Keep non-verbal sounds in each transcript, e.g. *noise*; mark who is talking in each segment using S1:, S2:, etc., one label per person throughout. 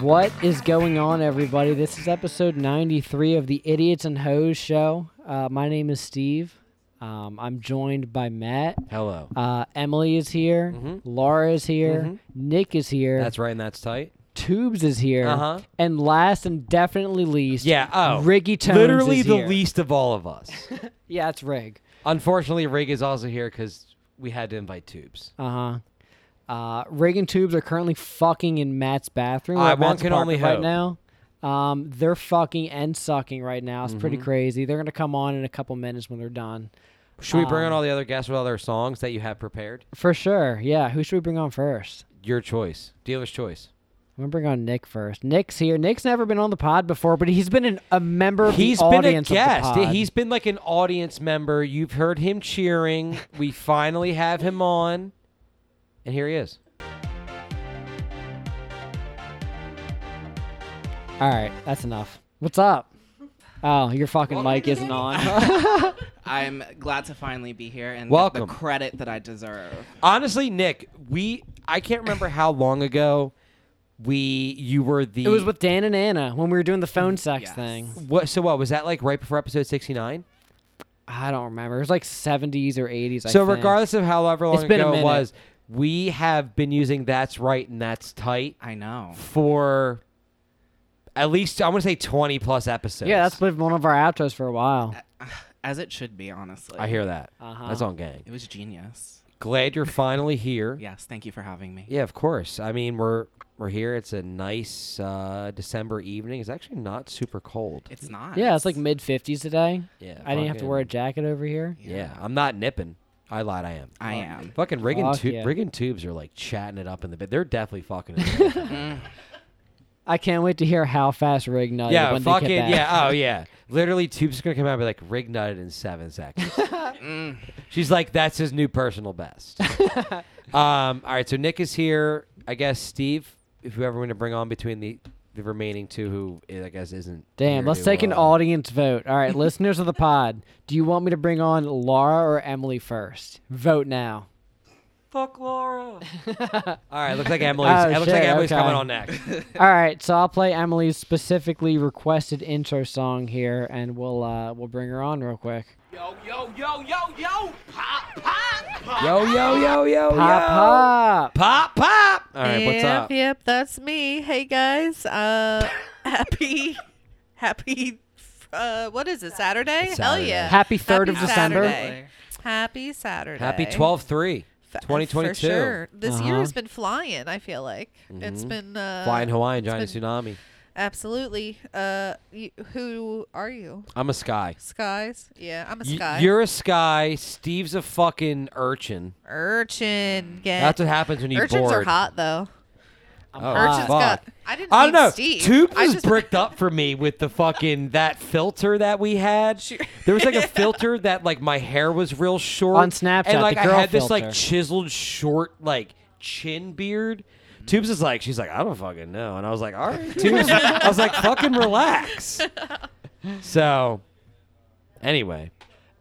S1: What is going on, everybody? This is episode 93 of the Idiots and Hoes show. Uh, my name is Steve. Um, I'm joined by Matt.
S2: Hello.
S1: Uh, Emily is here.
S2: Mhm.
S1: Laura is here. Nick is here.
S2: Mm-hmm. That's right, and that's tight.
S1: Tubes is here.
S2: Uh-huh.
S1: And last and definitely least,
S2: Yeah. Oh,
S1: Riggy Tones
S2: Literally
S1: is
S2: the
S1: here.
S2: least of all of
S1: *laughs*
S2: us.
S1: Yeah, it's Rig.
S2: Unfortunately, Rig is also here because we had to invite Tubes.
S1: Uh-huh. Uh, Rig and Tubes are currently fucking in Matt's bathroom.
S2: I-
S1: or
S2: one
S1: Matt's
S2: can only
S1: apartment right
S2: hope.
S1: now. Um, they're fucking and sucking right now. It's
S2: Mm-hmm.
S1: pretty crazy. They're gonna come on in a couple minutes when they're done.
S2: Should we bring
S1: Um,
S2: on all the other guests with all their songs that you have prepared?
S1: For sure. Yeah. Who should we bring on first?
S2: Your choice. Dealer's choice.
S1: I'm gonna bring on Nick first. Nick's here. Nick's never been on the pod before, but he's been an, a member of
S2: He's
S1: the
S2: been a
S1: audience. of the
S2: guest.
S1: pod.
S2: He's been like an audience member. You've heard him cheering. we finally have him on. And here he is.
S1: all right. That's enough. What's up? Oh, your fucking mic isn't on.
S3: I'm glad to finally be here and
S2: Welcome.
S3: the credit that I deserve.
S2: Honestly, Nick, we I can't remember how long ago we you were the
S1: *laughs* it was with Dan and Anna when we were doing the phone sex
S3: Yes.
S1: thing.
S2: What? So what was that like? Right before episode sixty nine.
S1: I don't remember. It was like 70s or 80s. I
S2: So
S1: think.
S2: regardless of however long
S1: It's been a
S2: ago it
S1: minute.
S2: was, we have been using "That's Right" and "That's Tight"
S3: I know.
S2: for at least I want to say twenty plus episodes.
S1: Yeah, that's been one of our outros for a while.
S2: Uh,
S3: As it should be, honestly.
S2: I hear that.
S1: Uh-huh.
S2: That's on gang.
S3: It was genius.
S2: Glad you're finally here.
S3: Yes, thank you for having me.
S2: Yeah, of course. I mean, we're we're here. It's a nice uh, December evening. It's actually not super cold.
S3: It's not.
S1: Yeah, it's like mid 50s today.
S2: Yeah,
S1: I didn't have to
S2: fucking-
S1: wear a jacket over here.
S2: Yeah. I'm not nipping. I lied. I am.
S3: I am.
S2: Fucking rigging,
S1: Fuck
S2: tu-
S1: yeah.
S2: rigging tubes are like chatting it up in the bed. They're definitely
S1: *laughs*
S2: fucking. it up.
S1: I can't wait to hear how fast Rig nutted
S2: Yeah,
S1: when
S2: fucking
S1: Uh, they get back.
S2: yeah.
S1: *laughs*
S2: Oh yeah. Literally, Tube's gonna come out and be like rig nutted in seven seconds.
S1: *laughs*
S3: Mm.
S2: She's like, that's his new personal best. um, all right, so Nick is here. I guess Steve, if you ever want to bring on between the the remaining two, who eh, I guess isn't.
S1: Damn,
S2: here
S1: let's
S2: to,
S1: take an
S2: uh,
S1: audience vote. All
S2: *laughs*
S1: right, listeners of the pod, do you want me to bring on Laura or Emily first? Vote now.
S2: Fuck
S1: *laughs*
S2: Laura. all right, looks like Emily's.
S1: Oh,
S2: it looks like
S1: shit,
S2: Emily's
S1: okay.
S2: coming on
S1: *laughs*
S2: next.
S1: All right, so I'll play Emily's specifically requested intro song here, and we'll uh, we'll bring her on real quick.
S4: Yo, yo, yo, yo, yo! Pop, pop, pop!
S2: yo yo yo yo
S1: Pop,
S2: yo.
S1: pop.
S2: Pop pop. All right, what's
S5: yep,
S2: up?
S5: Yep, that's me. Hey guys, uh, *laughs* happy, happy. Uh, what is it? Saturday? Hell
S2: Saturday.
S5: yeah!
S1: Happy 3rd of
S5: Happy
S1: December.
S5: Saturday. Happy Saturday.
S2: Happy 12-3,
S5: F-
S2: 2022.
S5: For sure. This year
S1: Uh-huh.
S5: has been flying. I feel like it's been uh,
S2: Mm-hmm. Flying Hawaiian, giant
S5: it's been-
S2: tsunami.
S5: Absolutely. Uh, you, who are you?
S2: I'm a sky.
S5: Skies? Yeah, I'm a
S2: Y-
S5: sky.
S2: You're a sky. Steve's a fucking urchin.
S5: urchin. Get
S2: That's what happens when you
S5: Eh, urchins
S2: bored.
S5: are hot though.
S1: I'm
S2: Oh,
S1: hot.
S5: Urchins got.
S2: fuck.
S5: I didn't.
S2: I
S5: meet
S2: don't know.
S5: Steve.
S2: Tube
S5: I
S2: was
S5: just *laughs*
S2: bricked up for me with the fucking that filter that we had. There was
S5: *laughs*
S2: like a filter that like my hair was real short
S1: On Snapchat,
S2: and like
S1: the girl
S2: I had this like
S1: filter.
S2: chiseled short like chin beard.
S1: Mm-hmm.
S2: Tubes is like she's like I don't fucking know, and I was like all
S5: *laughs*
S2: right, Tubes. I was like fucking relax. So, anyway,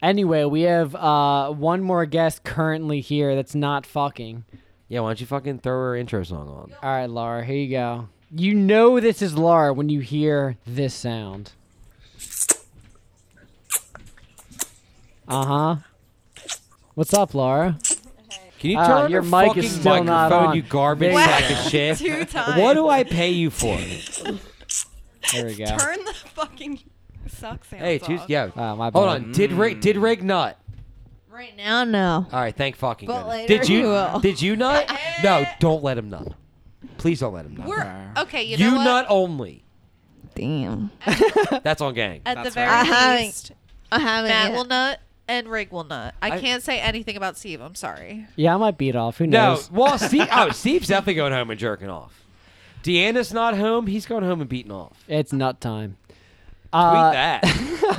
S1: Anyway, we have uh, one more guest currently here that's not fucking.
S2: yeah, why don't you fucking throw her intro song on?
S1: All right, Laura, here you go. You know this is Laura when you hear this sound. Uh huh. What's up, Laura?
S2: Can you
S1: Ah,
S2: turn on your
S1: your mic
S2: fucking
S1: is still not
S2: microphone,
S1: on.
S2: you garbage
S1: There you
S2: sack of
S5: go. *laughs*
S2: shit?
S5: Two times.
S2: What do I pay you
S5: *laughs*
S2: for?
S1: There we go.
S6: Turn the fucking suck sounds
S2: hey, choose,
S6: off.
S2: yeah.
S1: Oh, my bad.
S2: Hold on. Did rig did rig nut?
S5: right now, no.
S2: All right, thank fucking
S5: But
S2: goodness.
S5: later
S2: Did
S5: he
S2: you
S5: will.
S2: did
S5: *laughs*
S2: you nut? No, don't let him nut. Please don't let him nut.
S5: We're
S3: *laughs*
S5: okay. You,
S2: you
S5: know what?
S2: nut only.
S6: Damn.
S2: That's on gang.
S6: At the
S3: That's
S6: very
S3: right.
S5: I
S6: least, I haven't.
S5: Matt
S6: yet.
S5: will nut and Rig will nut. I,
S2: I-
S5: can't say anything about Steve. I'm sorry.
S1: Yeah, I might beat off.
S2: *laughs*
S1: Who
S2: No,
S1: knows?
S2: well,
S1: *laughs*
S2: Steve. Oh, Steve's definitely going home and jerking off. Deanna's not home. He's going home and beating off. Tweet
S1: It's nut time. Uh, *laughs*
S2: that.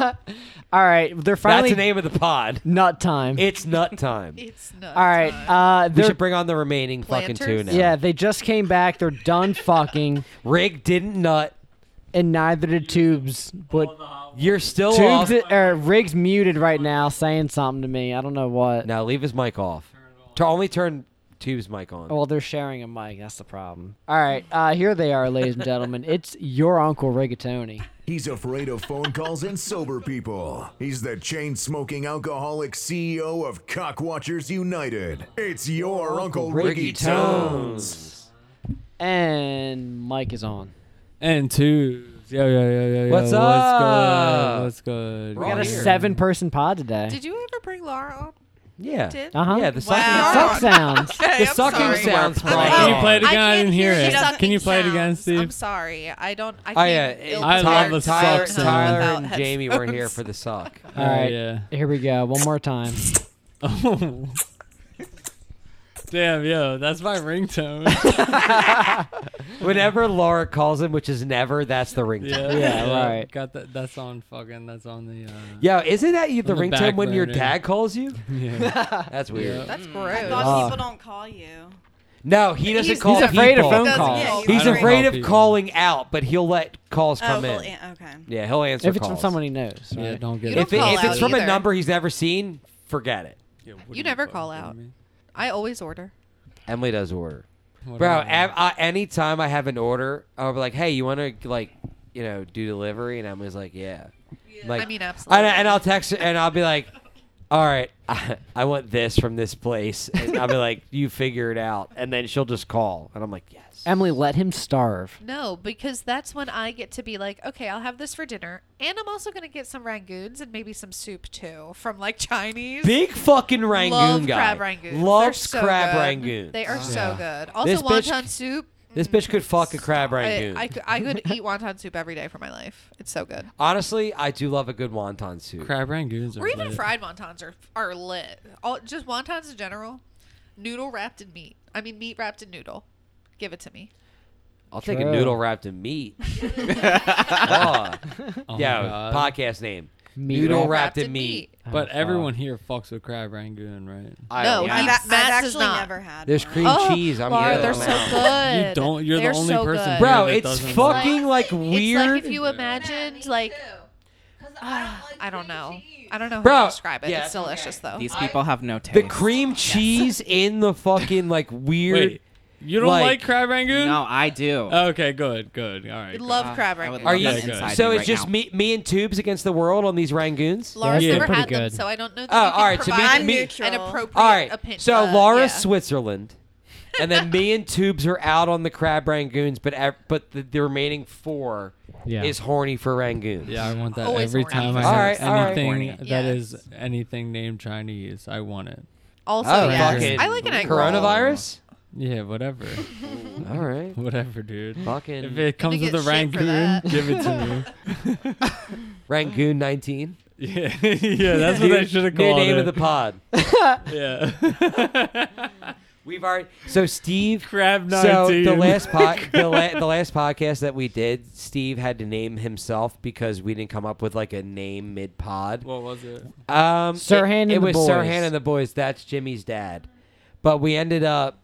S1: All right, they're
S2: That's
S1: finally
S2: the name of the
S1: *laughs*
S2: pod.
S1: nut time.
S2: It's nut
S5: *laughs*
S2: time.
S5: It's not.
S1: All right, uh,
S2: We
S1: they're
S2: should bring on the remaining fucking two
S5: Planters?
S2: now.
S1: yeah, they just came back. They're done fucking.
S2: Rig didn't nut.
S1: and neither did Tubes. But
S2: You're still off.
S1: Tubes i- er, Rig's muted right now, saying something to me. I don't know what.
S2: now leave his mic off. Tu- only turn Tube's mic on.
S1: Well, they're sharing a mic. That's the problem. All right, uh, here they are, ladies
S2: *laughs*
S1: and gentlemen. It's your uncle Rigatoni.
S7: He's afraid of phone calls and sober people. He's the chain smoking alcoholic CEO of Cockwatchers United. It's your Uncle Ricky Tones.
S1: And Mike is on.
S8: And two. Yo, yo, yo, yo, yo.
S2: What's up?
S8: What's good? What's good?
S2: We're
S1: We got
S2: all
S1: a
S2: here.
S1: seven person pod today.
S5: Did you ever bring Laura on?
S2: Yeah.
S5: Did?
S1: uh huh.
S2: Uh-huh. Yeah, the sucking,
S5: Wow.
S1: *laughs*
S2: *laughs*
S1: Suck sounds.
S5: Okay,
S2: the
S5: I'm
S2: sucking
S5: sorry.
S2: sounds.
S5: I'm
S2: brought
S5: out.
S8: Can you play it
S5: I
S8: again? I
S5: can't
S8: didn't hear
S5: the
S8: it.
S5: sucking
S8: Can you play it again,
S5: sounds. I'm
S8: Steve?
S5: sorally I don't. I
S2: Oh,
S5: can't.
S2: yeah.
S8: I love the
S2: Tyler,
S8: suck sound.
S2: Tyler
S5: About
S2: and
S5: head
S2: Jamie were here
S5: sounds.
S2: for the suck.
S1: All right.
S8: Yeah.
S1: Here we go. One more time.
S8: *laughs* Damn, yo, that's my
S2: *laughs*
S8: ringtone.
S2: Whenever Laura calls him, which is never, that's the ringtone.
S8: yeah,
S1: right.
S8: Got that. That's on fucking. That's on the. Uh,
S2: Yo, isn't that you the
S8: On the
S2: ringtone when your
S8: backburner.
S2: dad calls you?
S8: yeah.
S2: That's weird.
S5: That's gross.
S1: Uh,
S2: Oh.
S6: God,
S2: Ah.
S6: people don't call you.
S2: No, he doesn't
S6: He's-
S2: call
S1: he's afraid of
S2: people.
S1: phone
S6: Doesn't-
S1: calls.
S6: yeah,
S2: He's
S8: I don't
S2: afraid
S8: call
S2: of
S8: people.
S2: calling out, but he'll let calls
S6: Oh,
S2: come
S6: well,
S2: in.
S6: yeah, okay.
S2: Yeah, he'll answer
S1: If it's from
S2: calls.
S1: someone he knows.
S8: yeah,
S1: right?
S8: don't get
S5: You
S8: it.
S5: don't
S2: if, it,
S5: call
S2: if it's
S5: out
S2: from a
S5: either.
S2: number he's never seen, forget it.
S8: Yo, what are
S5: You never
S8: fucking
S5: call
S8: kidding
S5: out.
S8: me?
S5: I always order.
S2: Emily does order.
S8: What
S2: Bro,
S8: am I-
S2: ev- I, anytime I have an order, I'll be like, hey, you want to, like, you know, do delivery? And Emily's like, yeah. Like,
S5: I mean, absolutely.
S2: and, I-
S5: *laughs*
S2: and I'll text her and I'll be like, all right, *laughs* I, I want this from this place. And I'll be like, you figure it out. And then she'll just call. And I'm like, yes.
S1: Emily, let him starve.
S5: No, because that's when I get to be like, okay, I'll have this for dinner, and I'm also gonna get some rangoons and maybe some soup too from like Chinese.
S2: Big fucking Rangoon
S5: Love
S2: guy.
S5: crab rangoons.
S2: Loves
S5: They're so
S2: crab
S5: good.
S2: Rangoon.
S5: They are so good. Also,
S2: This bitch-
S5: wonton soup.
S2: this bitch could fuck a crab
S5: I,
S2: Rangoon.
S5: I, cou- I
S2: *laughs*
S5: could eat wonton soup every day for my life. It's so good.
S2: Honestly, I do love a good wonton soup.
S8: Crab rangoons are
S5: Or even
S8: lit.
S5: fried wontons are are lit. All just wontons in general, noodle wrapped in meat. I mean, meat wrapped in noodle. Give it to me.
S2: I'll take a
S1: True.
S2: noodle wrapped
S5: *laughs*
S2: in meat. oh.
S8: Oh my
S2: *laughs* Yeah,
S8: God.
S2: podcast name.
S1: Meat
S2: noodle
S1: wrap.
S2: wrapped in meat.
S8: But
S1: Oh,
S8: everyone here fucks with crab rangoon, right?
S2: I
S5: No, he-
S2: don't know.
S5: Matt's
S6: I've, I've
S5: does
S6: actually
S5: not.
S6: never had.
S2: There's
S6: one.
S2: cream
S3: Oh,
S2: cheese. I'm
S5: Oh, Laura,
S2: here.
S5: they're
S2: I'm
S5: so
S2: out.
S5: good.
S8: You don't. You're
S5: They're
S8: the only
S5: so
S8: person.
S5: good.
S8: here
S2: Bro,
S8: that
S2: it's
S8: doesn't like-
S2: fucking like weird.
S5: It's like if you imagined, like, *sighs*
S3: ah.
S5: I don't know. I don't know how
S2: Bro,
S5: to describe it.
S2: yeah,
S5: it's delicious, though.
S3: These people have no taste.
S2: the
S5: *laughs*
S2: cream cheese in the fucking like weird.
S8: Wait, you don't
S2: like-
S8: like, crab rangoon?
S3: No, I do.
S8: Okay, good, good. All right.
S5: I
S8: good.
S5: love
S3: Uh,
S5: crab
S3: I
S5: rangoon.
S3: would love
S2: Are you-
S3: that inside
S2: so
S3: me
S2: it's
S3: right
S2: just
S3: now.
S2: me, me and tubes against the world on these rangoons.
S5: Laura's
S8: Yeah,
S5: never
S1: pretty
S5: had them,
S1: good.
S5: so I don't know. That
S2: Oh,
S5: you can
S2: all right, so me-
S5: provide
S6: I'm
S2: me-
S5: an
S6: neutral.
S5: appropriate
S2: All right,
S5: opinion.
S2: so
S5: uh,
S2: Laura's
S5: yeah.
S2: Switzerland, and then me and tubes are out on the crab rangoons, but ev- but the, the remaining four
S1: Yeah.
S2: is horny for rangoons.
S8: Yeah, I want that
S5: Always
S8: every
S5: horny.
S8: time I
S2: All
S8: have
S2: right, all right.
S8: anything
S3: Horny.
S8: that is
S5: Yes.
S8: anything named Chinese. I want it.
S5: also
S2: Oh,
S5: yes.
S2: fucking
S5: I like an egg roll.
S2: coronavirus.
S8: Yeah, whatever, *laughs*
S2: All right,
S8: whatever, dude. If
S2: fucking
S8: it comes with
S5: get
S8: a
S5: shit for
S8: rangoon,
S5: that.
S8: give
S5: *laughs*
S8: it to me.
S2: Rangoon 19.
S8: Yeah, *laughs* yeah, that's what I should have
S2: New
S8: called
S2: name
S8: it.
S2: of the pod.
S8: *laughs*
S2: *laughs*
S8: yeah,
S2: We've already so Steve
S8: crab
S2: So
S8: nineteen.
S2: the
S8: *laughs*
S2: last
S1: *laughs*
S2: pod, the, la- the last podcast that we did, Steve had to name himself because we didn't come up with like a name mid pod.
S8: what was it?
S2: Um,
S1: Sirhan
S2: it,
S1: and
S2: it
S1: the
S2: was Sirhan
S1: Boys.
S2: and the boys. That's Jimmy's dad. But we ended up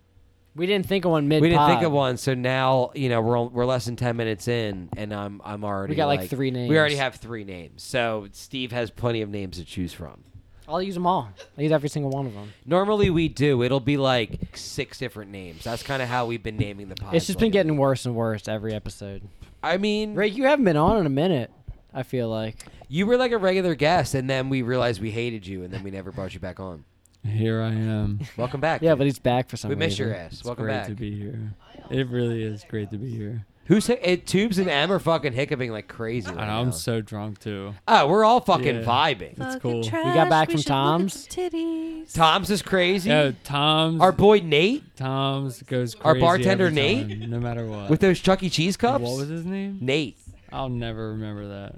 S1: We didn't think of one mid
S2: we didn't think of one, so now you know we're on- we're less than ten minutes in, and I'm I'm already
S1: got, like, three
S2: We already
S1: names.
S2: have three names, so Steve has plenty of names to choose from.
S1: I'll use them all. I'll use every single one of them.
S2: Normally we do. It'll be like six different names. That's kind of how we've been naming the pod.
S1: It's just been getting worse and worse every episode.
S2: I mean,
S1: Rick, you haven't been on in a minute, I feel like.
S2: You were like a regular guest, and then we realized we hated you, and then we never brought you back on.
S8: Here I
S2: *laughs*
S8: am.
S2: Welcome back.
S1: Yeah, but he's back for some
S2: we
S1: reason.
S2: miss your ass.
S8: It's
S2: Welcome
S8: great
S2: back.
S8: to be here. It really is great to be here.
S2: Who's hi- it, Tubes and Em are fucking hiccuping like crazy.
S8: And
S2: right
S8: I'm
S2: now.
S8: so drunk too.
S2: oh, we're all
S8: Yeah.
S2: fucking vibing.
S8: It's
S5: Fucking
S8: cool.
S5: Trash,
S1: got back
S5: we
S1: from
S5: should look at
S1: Tom's.
S5: some Titties.
S2: Tom's is crazy.
S8: Yo, Tom's
S2: Our boy Nate
S8: Tom's goes
S2: Our
S8: crazy
S2: bartender
S8: every
S2: Nate?
S8: time, no matter what.
S2: with those Chuck E. Cheese
S8: Uh, what
S2: cups.
S8: was his name?
S2: Nate.
S8: I'll never remember that.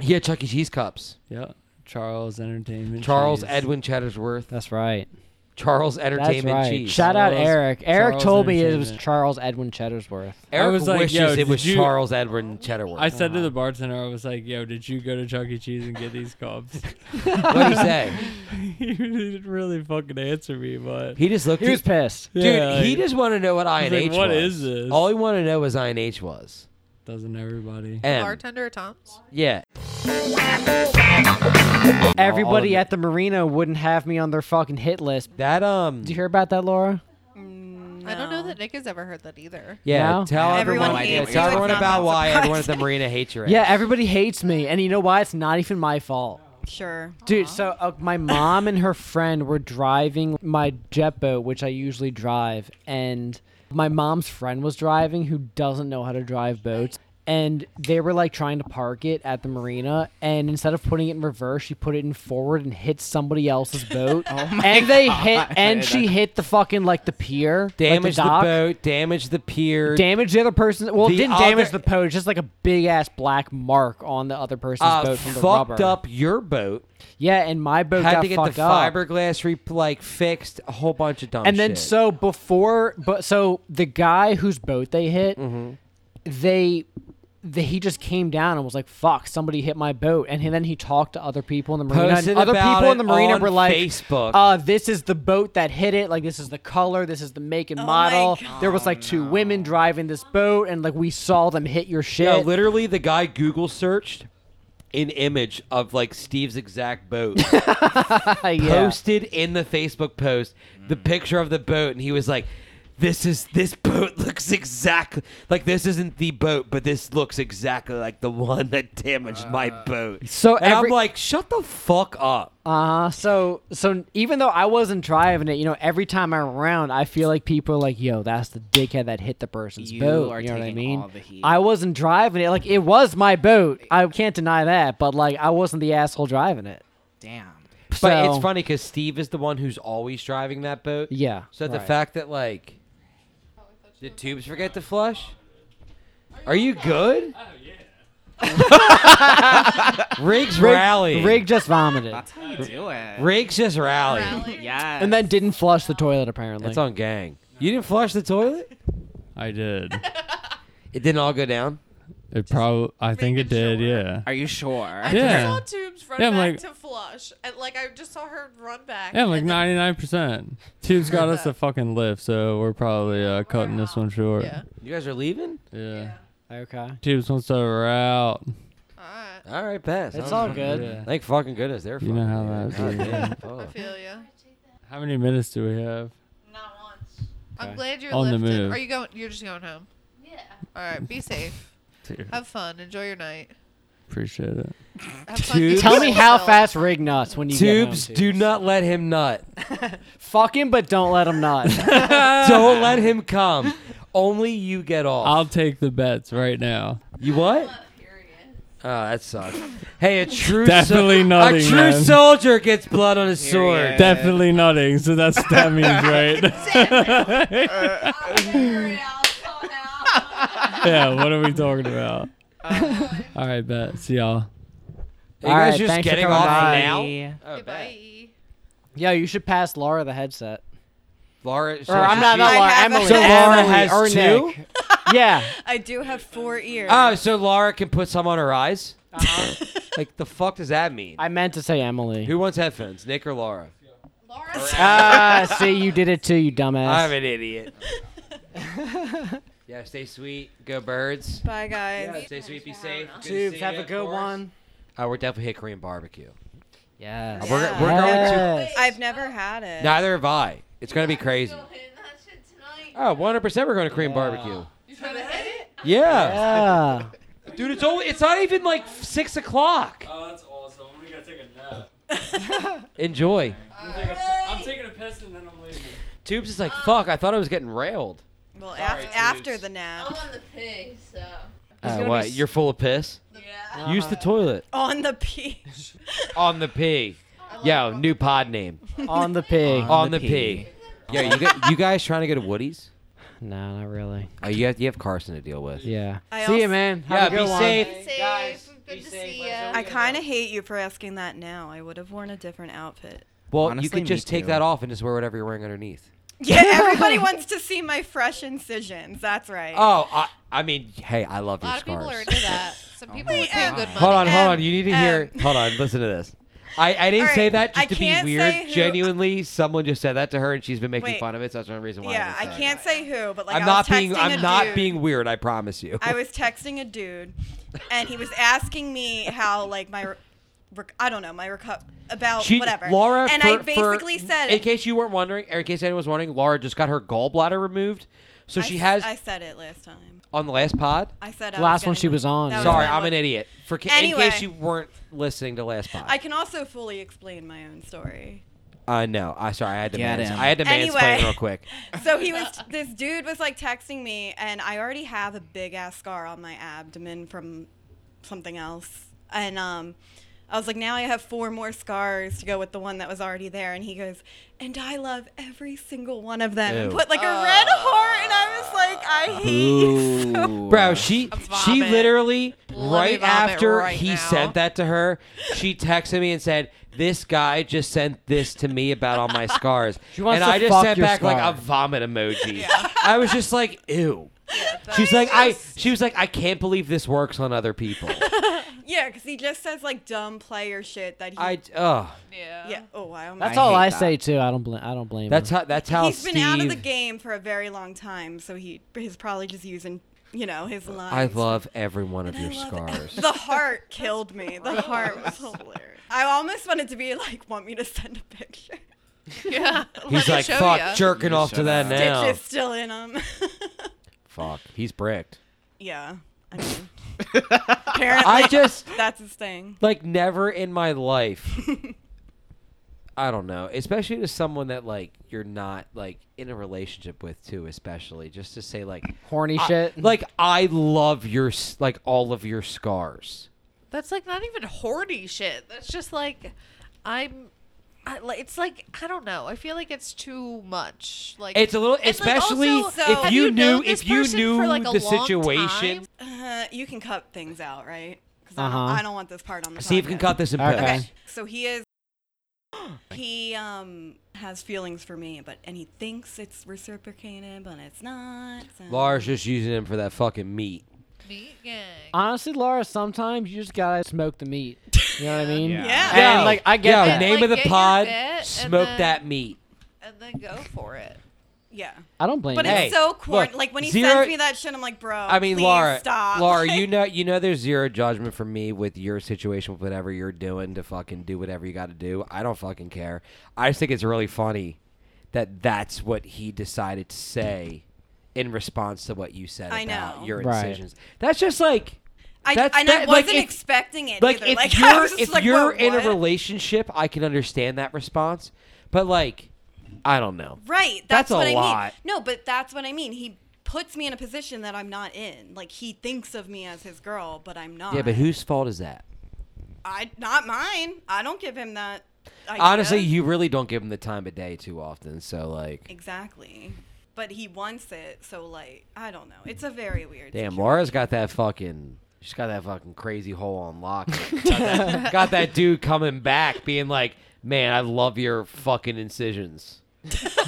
S2: He had Chuck E. Cheese cups.
S8: Yeah, Charles Entertainment.
S2: Charles
S8: Cheese.
S2: Edwin Chattersworth.
S1: That's right.
S2: Charles
S1: That's
S2: Entertainment
S1: right.
S2: Cheese.
S1: Shout out
S8: Charles-
S1: Eric. Eric
S8: Charles
S1: told me it was
S8: Entertainment.
S1: Charles Edwin Chettersworth.
S2: Eric
S8: was like,
S2: wishes
S8: yo,
S2: it
S8: did
S2: was
S8: you-
S2: Charles Edwin Chatterworth.
S8: I said to the bartender, I was like, "Yo, did you go to Chuck E. Cheese and get these
S2: *laughs*
S8: cups?" *laughs*
S2: what would he say?
S8: he didn't really fucking answer me, but
S2: He just looked
S1: He
S2: at
S1: was pissed.
S2: Dude,
S8: Yeah,
S2: he
S8: like-
S2: just wanted to know what
S8: was
S2: INH
S8: like, "What
S2: was.
S8: is this?"
S2: All he wanted to know was INH was.
S8: doesn't
S2: *laughs*
S8: everybody?
S2: M.
S5: Bartender at Tom's.
S2: Yeah.
S1: Everybody
S2: of
S1: at the Marino wouldn't have me on their fucking hit list.
S2: That um.
S1: Did you hear about that, Laura?
S5: I don't know that Nick has ever heard that either.
S2: Yeah.
S1: No?
S2: Tell
S5: Everyone
S2: everyone.
S5: hates
S2: yeah,
S5: you.
S2: tell
S5: It's
S2: everyone
S5: not
S2: about
S5: that
S2: why everyone
S5: *laughs*
S2: at the
S5: surprising.
S2: marina hates your ass.
S1: Yeah, everybody hates me, and you know why? It's not even my fault.
S6: *laughs* Sure.
S1: Dude, so uh, my mom and her friend were driving my jet boat, which I usually drive, and my mom's friend was driving who doesn't know how to drive boats. And they were like trying to park it at the marina, and instead of putting it in reverse, she put it in forward and hit somebody
S2: *laughs*
S1: else's boat.
S2: Oh
S1: and they hit, and
S3: God.
S1: she hit the fucking like the pier,
S2: Damage
S1: like
S2: the,
S1: the, dock,
S2: boat. Damage the pier.
S1: damage the other person. Well,
S2: The
S1: it didn't damage
S2: other-
S1: the boat, just like a big ass black mark on the other person's
S2: uh,
S1: boat from the
S2: fucked
S1: rubber.
S2: up your boat.
S1: Yeah, and my boat
S2: Had
S1: got
S2: to get
S1: fucked
S2: the
S1: up.
S2: fiberglass re- like fixed. A whole bunch of dumb.
S1: and then
S2: Oh, shit.
S1: so before but so the guy whose boat they hit
S2: Mm-hmm.
S1: they the, he just came down and was like, "Fuck! Somebody hit my boat." And then he talked to other people in the marina.
S2: Posted
S1: and other
S2: about
S1: people
S2: it
S1: in the marina
S2: on
S1: were like,
S2: Facebook.
S1: "Uh, this is the boat that hit it. Like, this is the color. This is the make and model." There was like two women driving this boat, and like we saw them hit your shit.
S2: Yeah, literally, the guy Google searched an image of like Steve's exact
S1: *laughs*
S2: boat
S1: yeah.
S2: posted in the Facebook post the picture of the boat, and he was like, "This is this *laughs* boat looks exactly like this isn't the boat, but this looks exactly like the one that damaged my boat."
S1: so
S2: and
S1: every-
S2: I'm like, "Shut the fuck up!"
S1: Uh, so so even though I wasn't driving it, you know, every time I'm around, I feel like people are like, "Yo, that's the dickhead that hit the person's
S3: You
S1: boat."
S3: are
S1: you know what I
S3: taking
S1: mean?
S3: all the heat.
S1: I wasn't driving it. Like it was my boat. I can't deny that, but like I wasn't the asshole driving it.
S3: Damn.
S2: But
S1: So-
S2: it's funny because Steve is the one who's always driving that boat.
S1: Yeah.
S2: So the
S1: right.
S2: fact that like Oh, the tubes forget to flush. Are you good? Oh yeah. Riggs
S1: Rig,
S2: rallied.
S1: Rig just
S3: *laughs*
S1: vomited
S3: That's how you do it.
S2: Riggs just rallied.
S3: Yeah.
S1: and then didn't flush the toilet apparently.
S2: That's on gang. You didn't flush the toilet?
S8: I
S2: *laughs*
S8: did.
S2: It didn't all go down.
S8: It probably. I think it did. Yeah.
S3: Are you sure?
S5: I
S8: Yeah.
S5: just saw tubes run
S8: Yeah, I'm
S5: back
S8: like-
S5: to flush, and like I just saw her run back.
S8: Yeah, like
S5: and then-
S8: ninety nine percent. Tubes got us a fucking lift, so we're probably uh, cutting this one short.
S5: Yeah.
S2: You guys are leaving?
S8: Yeah.
S1: Okay.
S8: Tubes wants to route.
S5: Alright,
S2: All right, pass.
S1: It's
S2: I
S1: all
S2: don't-
S1: good.
S8: Yeah.
S2: Thank fucking goodness they're
S8: You
S2: fucking.
S8: know how that
S2: dude.
S8: is.
S2: God damn,
S5: I
S1: *laughs*
S2: fuck.
S5: feel you.
S8: How many minutes do we have?
S6: Not once.
S1: Okay.
S5: I'm glad you're
S8: On the
S5: lifted.
S8: move.
S5: Are you going? You're just going home.
S6: Yeah.
S5: All right. Be safe. Have fun. Enjoy your night.
S8: Appreciate it.
S5: Have fun.
S2: Tubes-
S1: Tell me how
S5: yourself.
S1: fast Rig nuts when you get home,
S2: Tubes,
S1: too.
S2: do not let him
S1: *laughs*
S2: nut.
S1: fuck him, but don't let him nut.
S3: *laughs*
S8: *laughs*
S2: Don't let him come. Only you get off.
S8: I'll take the bets right now.
S2: You what? Oh, that sucks. Hey, a true
S8: Definitely nothing,
S2: A true
S8: man.
S2: soldier gets blood on his sword.
S3: Period.
S2: That-
S8: Definitely nothing. So *laughs* that's what that means, right? *laughs* yeah. What are we talking about? All right, bet. See y'all.
S2: You
S1: All
S2: guys
S1: right,
S2: just
S1: thanks for
S2: getting
S1: coming
S2: off
S1: by.
S2: now.
S3: *laughs*
S5: Okay, Oh, bye.
S1: Yo, you should pass Laura the headset.
S2: Laura, so
S1: Or I'm not, not
S6: I
S1: Laura.
S6: have a
S1: Emily.
S2: So Laura
S1: Emily
S2: has
S1: or
S2: two?
S6: *laughs*
S1: Nick. yeah.
S6: I do have four
S3: Ah.
S6: ears.
S2: Oh, so Laura can put some on her eyes?
S1: Uh-huh.
S2: *laughs* like, the fuck does that mean?
S1: I meant to say Emily.
S2: Who wants headphones, Nick or Laura?
S1: Ah, see,
S2: *laughs*
S1: you did it too, you dumbass.
S2: I'm an idiot.
S6: *laughs*
S2: yeah, stay sweet. Go birds.
S6: Bye, guys.
S2: Stay sweet, be safe. Good to
S1: Tubes,
S2: see
S1: have
S2: you,
S1: a
S2: of
S1: good
S2: course.
S1: one.
S2: Uh, we're definitely hit Korean barbecue.
S1: Yes.
S2: We're,
S6: Yeah.
S2: we're going to.
S1: yes.
S6: I've never had it.
S2: Neither have I. It's going to be crazy. Oh, 100% we're going to Korean
S1: Yeah.
S2: barbecue.
S5: You trying to hit it?
S2: Yeah.
S1: Yeah.
S2: Dude, it's only, it's not even like 6 o'clock.
S8: Oh, that's awesome. I'm gonna take a nap.
S2: Enjoy.
S8: I'm taking a piss and then I'm leaving.
S2: Tubes is like, fuck, I thought I was getting railed.
S6: *laughs* Well, af- after the nap.
S5: Oh.
S9: on the pig, so.
S2: Uh, what? You're full of piss?
S9: Yeah.
S1: Uh-huh.
S2: Use the toilet.
S6: On the
S2: *laughs*
S6: beach.
S3: Oh,
S2: On the pee. Yo, new pod name.
S1: On the pig.
S2: On, the, pee. Yo, you, gu- you guys trying to go to Woody's?
S1: No, not really.
S2: Oh, you have you have Carson to deal with.
S1: Yeah.
S6: I
S1: See you,
S6: also-
S1: man. Have
S2: Yeah,
S1: a good
S2: be
S1: one.
S2: safe.
S9: Safe. Good to see you.
S6: I kind of hate you for asking that now. I would have worn a different
S2: *laughs*
S6: outfit.
S2: Well, you
S3: Honestly,
S2: could
S3: me
S2: just take
S3: too.
S2: that off and just wear whatever you're wearing underneath.
S6: Yeah, everybody wants to see my fresh incisions. That's right.
S2: Oh, I, I mean, hey, I love
S5: A
S2: your
S5: lot of people
S2: scars.
S5: *laughs* Oh are into that. Some people would pay good money.
S2: *laughs* Hold on, hold
S6: Um,
S2: on. You need to hear. Hold on, listen to this. I, I didn't
S6: All
S2: say
S6: right,
S2: that just
S6: I
S2: to be
S6: can't say
S2: weird.
S6: who-
S2: Genuinely, someone just said that to her, and she's been making
S6: Wait.
S2: fun of it. So that's the only reason why.
S6: yeah, I
S2: decided.
S6: can't say who, but like
S2: I'm
S6: I
S2: not
S6: was
S2: being.
S6: texting a
S2: I'm not
S6: dude.
S2: being weird. I promise you.
S6: I was texting a dude, and he was asking me how like my, re- rec- I don't know my reco- about
S2: She-
S6: oh, whatever.
S2: Laura,
S6: and I
S2: for- for-
S6: basically said
S2: in case you weren't wondering, or in case anyone was wondering, Laura just got her gallbladder removed, so
S6: I
S2: she
S6: s-
S2: has
S6: I said it last time.
S2: on the last pod.
S6: I said I
S1: The last
S6: gonna
S1: one she
S6: do-
S1: was on.
S6: that was
S2: Sorry,
S6: my
S2: I'm an
S6: one.
S2: idiot. For ca- in
S6: Oh, Anyway.
S2: case you weren't listening to last pod,
S6: I can also fully explain my own story.
S2: uh, no, I sorry, I had to
S3: Get
S2: mans-
S3: him.
S2: I had to mansplain
S6: Anyway.
S2: real
S6: *laughs*
S2: quick.
S6: So
S1: *laughs*
S6: he was this dude was like texting me and I already have a big ass scar on my abdomen from something else. And um I was like now I have four more scars to go with the one that was already there and he goes, "And I love every single one of them." And
S2: Ew.
S6: put like a red heart and I was like, "I hate *laughs* you." so much."
S2: Bro, she she
S5: vomit.
S2: literally
S5: me
S2: right
S5: vomit
S2: after
S5: right
S2: he
S5: now.
S2: sent that to her, she texted me and said, "This guy just sent this to me about all my scars."
S1: *laughs* She wants
S2: and
S1: to
S2: I just
S1: fuck
S2: sent
S1: your
S2: back
S1: scar.
S2: like a vomit emoji. I was just like, "Ew." She's like, "I she was like, I can't believe this works on
S6: *laughs*
S2: other people."
S6: Yeah, cuz he just says like dumb player shit that he
S2: I ugh.
S6: Yeah. Oh, I don't
S1: That's
S3: I
S1: all
S3: hate
S1: I
S3: that.
S1: say too. I don't blame. I don't blame.
S2: That's
S1: her.
S2: how that's how
S6: He's been out of the
S2: Steve-
S6: game for a very long time, so he he's probably just using, you know, his
S2: I
S6: lines.
S2: love every one of your
S6: I love
S2: scars.
S6: The heart *laughs* killed me. The heart was hilarious. I almost wanted to be like, want me to send a picture.
S5: *laughs* Yeah.
S2: He's like, "Fuck, jerking off to
S3: shut
S2: that
S3: up.
S2: now."
S6: Stitch is still in him.
S2: Fuck, he's bricked.
S6: *laughs* yeah. I mean, *laughs* apparently
S2: I just
S6: that's his thing.
S2: like never in my
S5: *laughs*
S2: life i don't know especially to someone that like you're not like in a relationship with too especially just to say like
S1: horny
S2: I-
S1: shit.
S2: like i love your s- like all of your scars
S5: That's like not even horny shit. That's just like, I'm. I, like, it's like I don't know. I feel like it's too much. Like
S2: it's a little
S5: and, like,
S2: especially
S5: also,
S6: so-
S2: if
S5: have
S2: you,
S5: known
S2: knew
S5: this
S2: if you
S5: person
S2: knew
S5: for, like, a
S2: the
S5: long
S2: situation
S5: time?
S6: Uh, you can cut things out, right? 'Cause I,
S1: Uh-huh.
S6: don't, I don't want this part on the
S2: steve can
S6: podcast.
S2: cut this in
S1: Okay.
S2: post
S6: So he is. *gasps* He um has feelings for me, but and he thinks it's reciprocated, but it's not. so-
S2: lars just using him for that fucking meat
S5: Meat gang.
S1: Honestly, Laura, sometimes you just gotta smoke the meat. You know what I
S2: *laughs*
S1: mean?
S3: Yeah.
S6: Yeah.
S1: And like I get
S2: yo,
S1: that.
S2: name
S5: Like,
S2: of the
S5: get your
S2: pod
S5: bit and
S2: smoke
S5: then-
S2: that meat
S5: and then go for it.
S6: Yeah.
S1: I don't blame
S6: But
S1: you.
S2: Hey,
S6: it's so corny.
S2: look,
S6: Like when he
S2: zero-
S6: sends me that shit, I'm like, bro.
S2: I mean,
S6: please
S2: Laura,
S6: stop. *laughs*
S2: Laura,
S6: Like,
S2: you know, you know, there's zero judgment from me with your situation, with whatever you're doing to fucking do whatever you got to do. I don't fucking care. I just think it's really funny that that's what he decided to say in response to what you said
S6: I
S2: about
S6: know.
S2: your
S1: Right.
S2: decisions. That's just like.
S6: I,
S2: that's,
S6: and I
S2: that-
S6: wasn't
S2: like if,
S6: expecting it
S2: like
S6: either.
S2: if
S6: Like I *laughs*
S2: you're
S6: was just
S2: if
S6: like, whoa,
S2: you're in a
S6: what?
S2: relationship, I can understand that response, but like, I don't know.
S6: right,
S2: that's
S6: that's,
S2: a
S6: what I
S2: lot.
S6: mean. No, but that's what I mean. He puts me in a position that I'm not in. Like he thinks of me as his girl, but I'm not.
S2: Yeah, but whose fault is that?
S6: I not mine. I don't give him that. Idea.
S2: Honestly, you really don't give him the time of day too often. So like,
S6: exactly. But he wants it, so like I don't know. It's a very weird.
S2: Damn,
S6: situation.
S2: Laura's got that fucking. She's got that fucking crazy hole
S6: *laughs*
S2: on lock. got, that, got that dude coming back, being like, "Man, I love your
S6: *laughs*
S2: fucking incisions."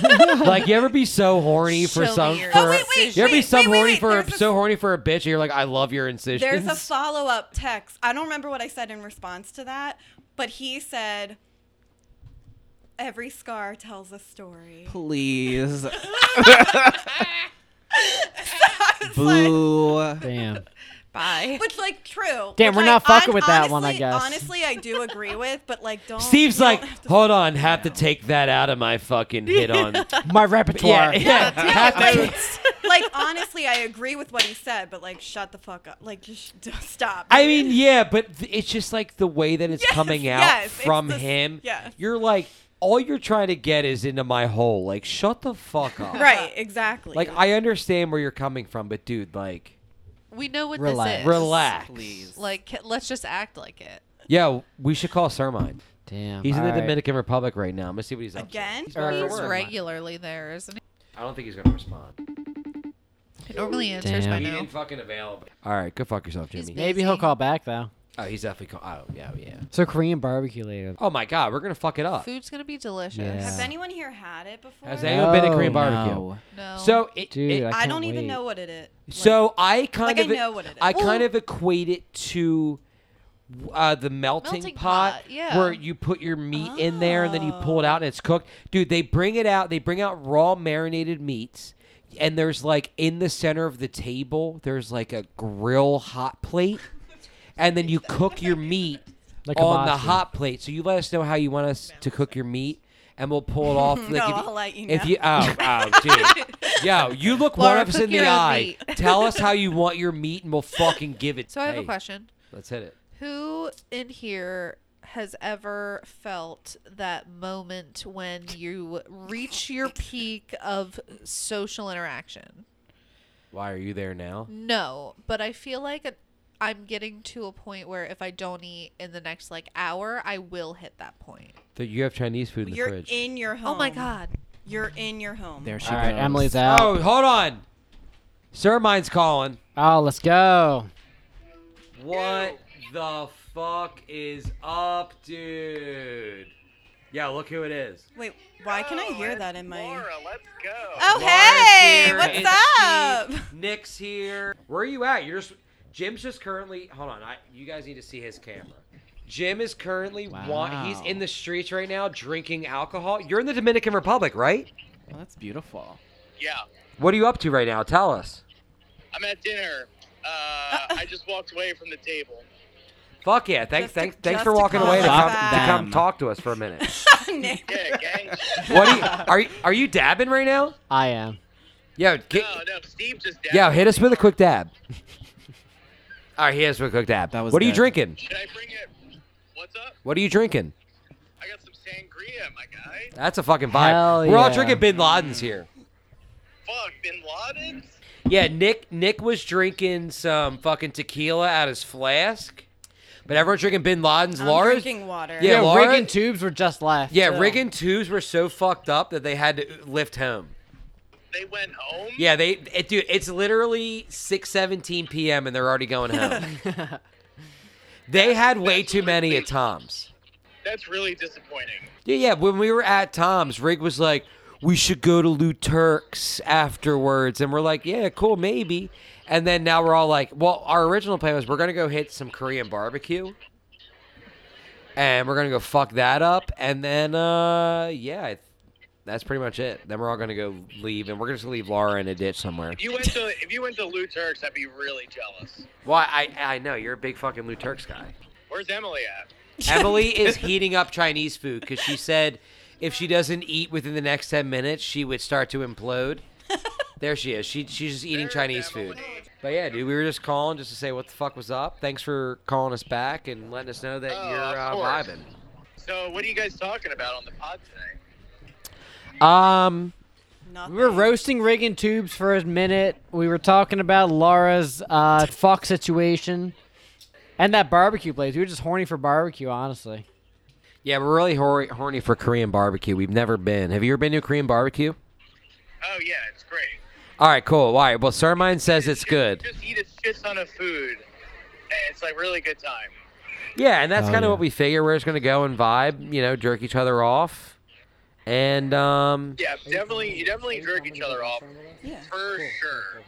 S2: like you ever be so horny for
S5: Show
S2: some?
S5: me
S2: For,
S5: your
S6: Oh, wait, wait,
S2: you ever be
S6: wait,
S2: so
S6: wait, wait,
S2: horny
S6: wait,
S2: for a,
S6: there's a-
S2: so horny for a bitch? And you're like, "I love your incisions."
S6: There's a follow up text. I don't remember what I said in response to that, but he said, Every scar tells a story.
S3: Please.
S6: *laughs* Like,
S3: Boo.
S1: Damn.
S5: Bye.
S6: which, like, true.
S1: Damn,
S6: Which
S1: we're
S6: I-
S1: not fucking
S6: hon-
S1: with that one, I
S6: honestly-
S1: guess.
S6: Honestly, I do agree with, but, like, don't.
S2: Steve's
S6: you don't
S2: like,
S6: have to-
S2: "Hold on, have to take that out of my fucking
S6: *laughs*
S2: hit on."
S1: My
S2: *laughs*
S1: repertoire.
S2: have to-
S6: like, honestly, I agree with what he said, but, like, shut the fuck up. Like, just *laughs* d- stop.
S2: I mean,
S6: *laughs*
S2: yeah, but th- it's just like the way that it's
S6: Yes,
S2: coming out
S6: yes, it's
S2: from
S6: the s-
S2: him.
S6: yes.
S2: You're like, all you're trying to get is into my hole. Like, shut the fuck up.
S6: Right, exactly.
S2: Like, I understand where you're coming from, but dude, like,
S5: We know what
S1: Relax.
S5: this is.
S2: relax.
S3: Please.
S5: Like, ca- let's just act like it.
S2: Yeah, we should call Sermine.
S1: Damn.
S2: He's in the
S1: alright.
S2: Dominican Republic right now. I'm gonna see what he's up to.
S6: Again?
S2: He's going to
S1: He's
S5: He's
S2: work.
S5: regularly there, isn't he?
S2: I don't think he's gonna respond.
S5: He normally answers by
S1: Damn.
S2: He
S5: now.
S2: didn't fucking avail. All right, go fuck yourself,
S5: He's
S2: Jimmy.
S1: Maybe he'll call back though.
S2: oh, he's definitely. Call- oh, yeah, oh, yeah.
S1: So Korean barbecue later.
S2: Oh my God, we're gonna fuck it up.
S5: Food's gonna be delicious.
S1: Yeah.
S6: Has anyone here had it before?
S2: Has anyone been to
S1: No.
S2: Korean barbecue?
S3: Oh,
S5: No.
S3: No.
S2: So it,
S1: Dude,
S2: it-
S1: I
S6: I
S1: can't
S6: don't even
S1: wait.
S6: know what it is. Like,
S2: So I kind
S6: Like, I
S2: of
S6: know what it is.
S2: I
S5: Well-
S2: kind of equate it to uh, the melting,
S5: Melting pot, yeah.
S2: where you put your meat in there and then you pull it out and it's cooked. Dude, they bring it out. They bring out raw marinated meats, and there's like in the center of the table, there's like a grill hot plate, and then you cook your meat
S1: Like
S2: on the
S1: hibachi.
S2: hot plate. So you let us know how you want us to cook your meat. And we'll pull
S6: *laughs*
S2: it off. Like,
S6: No,
S2: if
S6: I'll let
S5: *laughs*
S6: you
S2: If
S6: know.
S2: you, oh, oh, dude, yo, you look
S5: Laura,
S2: one of us
S5: cook
S2: in the
S5: your own
S2: eye.
S5: meat.
S2: *laughs* Tell us how you want your meat, and we'll fucking give it.
S5: So I have
S2: Hey,
S5: a question.
S2: Let's hit it.
S5: Who in here has ever felt that moment when you reach your peak of social interaction?
S2: Why are you there now?
S5: No, but I feel like it- I'm getting to a point where if I don't eat in the next like hour, I will hit that point.
S2: That you have Chinese food in the
S6: You're
S2: fridge.
S6: in your home.
S5: Oh my god.
S6: You're in your home.
S3: There she
S1: All right,
S3: goes.
S1: Emily's out.
S2: oh, hold on. Sir, mine's calling.
S1: Oh, let's go.
S2: What the fuck is up, dude? Yeah, look who it is.
S6: Wait, why can I hear that in my?
S4: Oh, Laura, let's go.
S6: Oh
S2: Laura's
S6: hey,
S2: here,
S6: what's
S2: and
S6: up?
S2: Steve, Nick's here. Where are you at? You're just Jim's just currently. Hold on, I, you guys need to see his camera. Jim is currently wa- He's
S1: Wow.
S2: in the streets right now drinking alcohol. You're in the Dominican Republic, right?
S3: Well, that's beautiful.
S4: Yeah,
S2: What are you up to right now? Tell us.
S4: I'm at dinner. Uh, I just walked away from the table.
S2: Fuck yeah! Thanks,
S6: Just to-
S2: thanks, thanks
S6: just
S2: for
S6: to
S2: walking
S6: call
S2: away to
S3: us
S2: come,
S6: back.
S2: to come
S3: Them.
S2: talk to us for a minute.
S6: *laughs* Nick.
S4: Yeah, gang.
S6: *laughs*
S2: What are you, are you are you dabbing right now?
S1: I am.
S2: Yo, get,
S4: no, no, Steve just
S2: yo,
S4: dabbed.
S2: hit us with a
S3: *laughs*
S2: quick dab. All right, hit us with a quick dab.
S3: That was
S2: what are you
S3: good.
S2: drinking?
S4: Can I bring it? What's up?
S2: What are you drinking?
S4: I got some sangria, my guy.
S2: That's a fucking vibe.
S1: Hell
S2: We're all
S1: yeah.
S2: drinking Bin Laden's here.
S4: Fuck, Bin Laden's?
S2: Yeah, Nick Nick was drinking some fucking tequila out his flask, but everyone's drinking Bin Laden's.
S6: I'm
S2: *laughs* Laura's
S6: drinking water.
S2: Yeah,
S1: Yeah,
S2: Laura-
S1: Rig and Tubes were just left.
S2: yeah,
S1: too.
S2: Rig and Twos were so fucked up that they had to lift home.
S4: They went home?
S2: Yeah, they it, dude, it's literally 6:17 p.m. and they're already going home. they had way too many at Tom's.
S4: That's really disappointing.
S2: Yeah, yeah, when we were at Tom's, Rig was like, "We should go to Lou Turk's afterwards." And we're like, "Yeah, cool, maybe." And then now we're all like, "Well, our original plan was we're going to go hit some Korean barbecue." And we're going to go fuck that up and then uh yeah, I- that's pretty much it. Then we're all going to go leave and we're going to leave Laura in a ditch somewhere.
S4: If you went to if you went to Lou Turks, I'd be really jealous.
S2: Well, I I know you're a big fucking Lou Turks guy.
S4: Where's Emily at?
S2: Emily is heating up Chinese food because she said if she doesn't eat within the next ten minutes, she would start to implode. There she is. She she's just eating
S4: There's
S2: Chinese food.
S4: Emily.
S2: But yeah, dude, we were just calling just to say what the fuck was up. Thanks for calling us back and letting us know that
S4: Oh,
S2: you're
S4: of
S2: uh,
S4: course.
S2: vibing.
S4: So what are you guys talking about on the pod today?
S2: Um,
S6: Nothing.
S1: We were roasting Rig and Tubes for a minute. We were talking about Laura's uh, fuck situation and that barbecue place. We were just horny for barbecue, honestly.
S2: yeah, we're really hor- horny for Korean barbecue. We've never been. Have you ever been to a Korean barbecue?
S4: Oh yeah, it's great.
S2: All right, cool. All right, well, Sermine says it's
S4: Just-
S2: good.
S4: Just eat a shit ton of food. and It's like really good time.
S2: Yeah, and that's
S8: Oh,
S2: kind
S8: yeah.
S2: of what we figure. We're just gonna go and vibe, you know, jerk each other off, and um.
S4: Yeah, definitely. You definitely jerk each other off
S6: Yeah.
S4: for sure.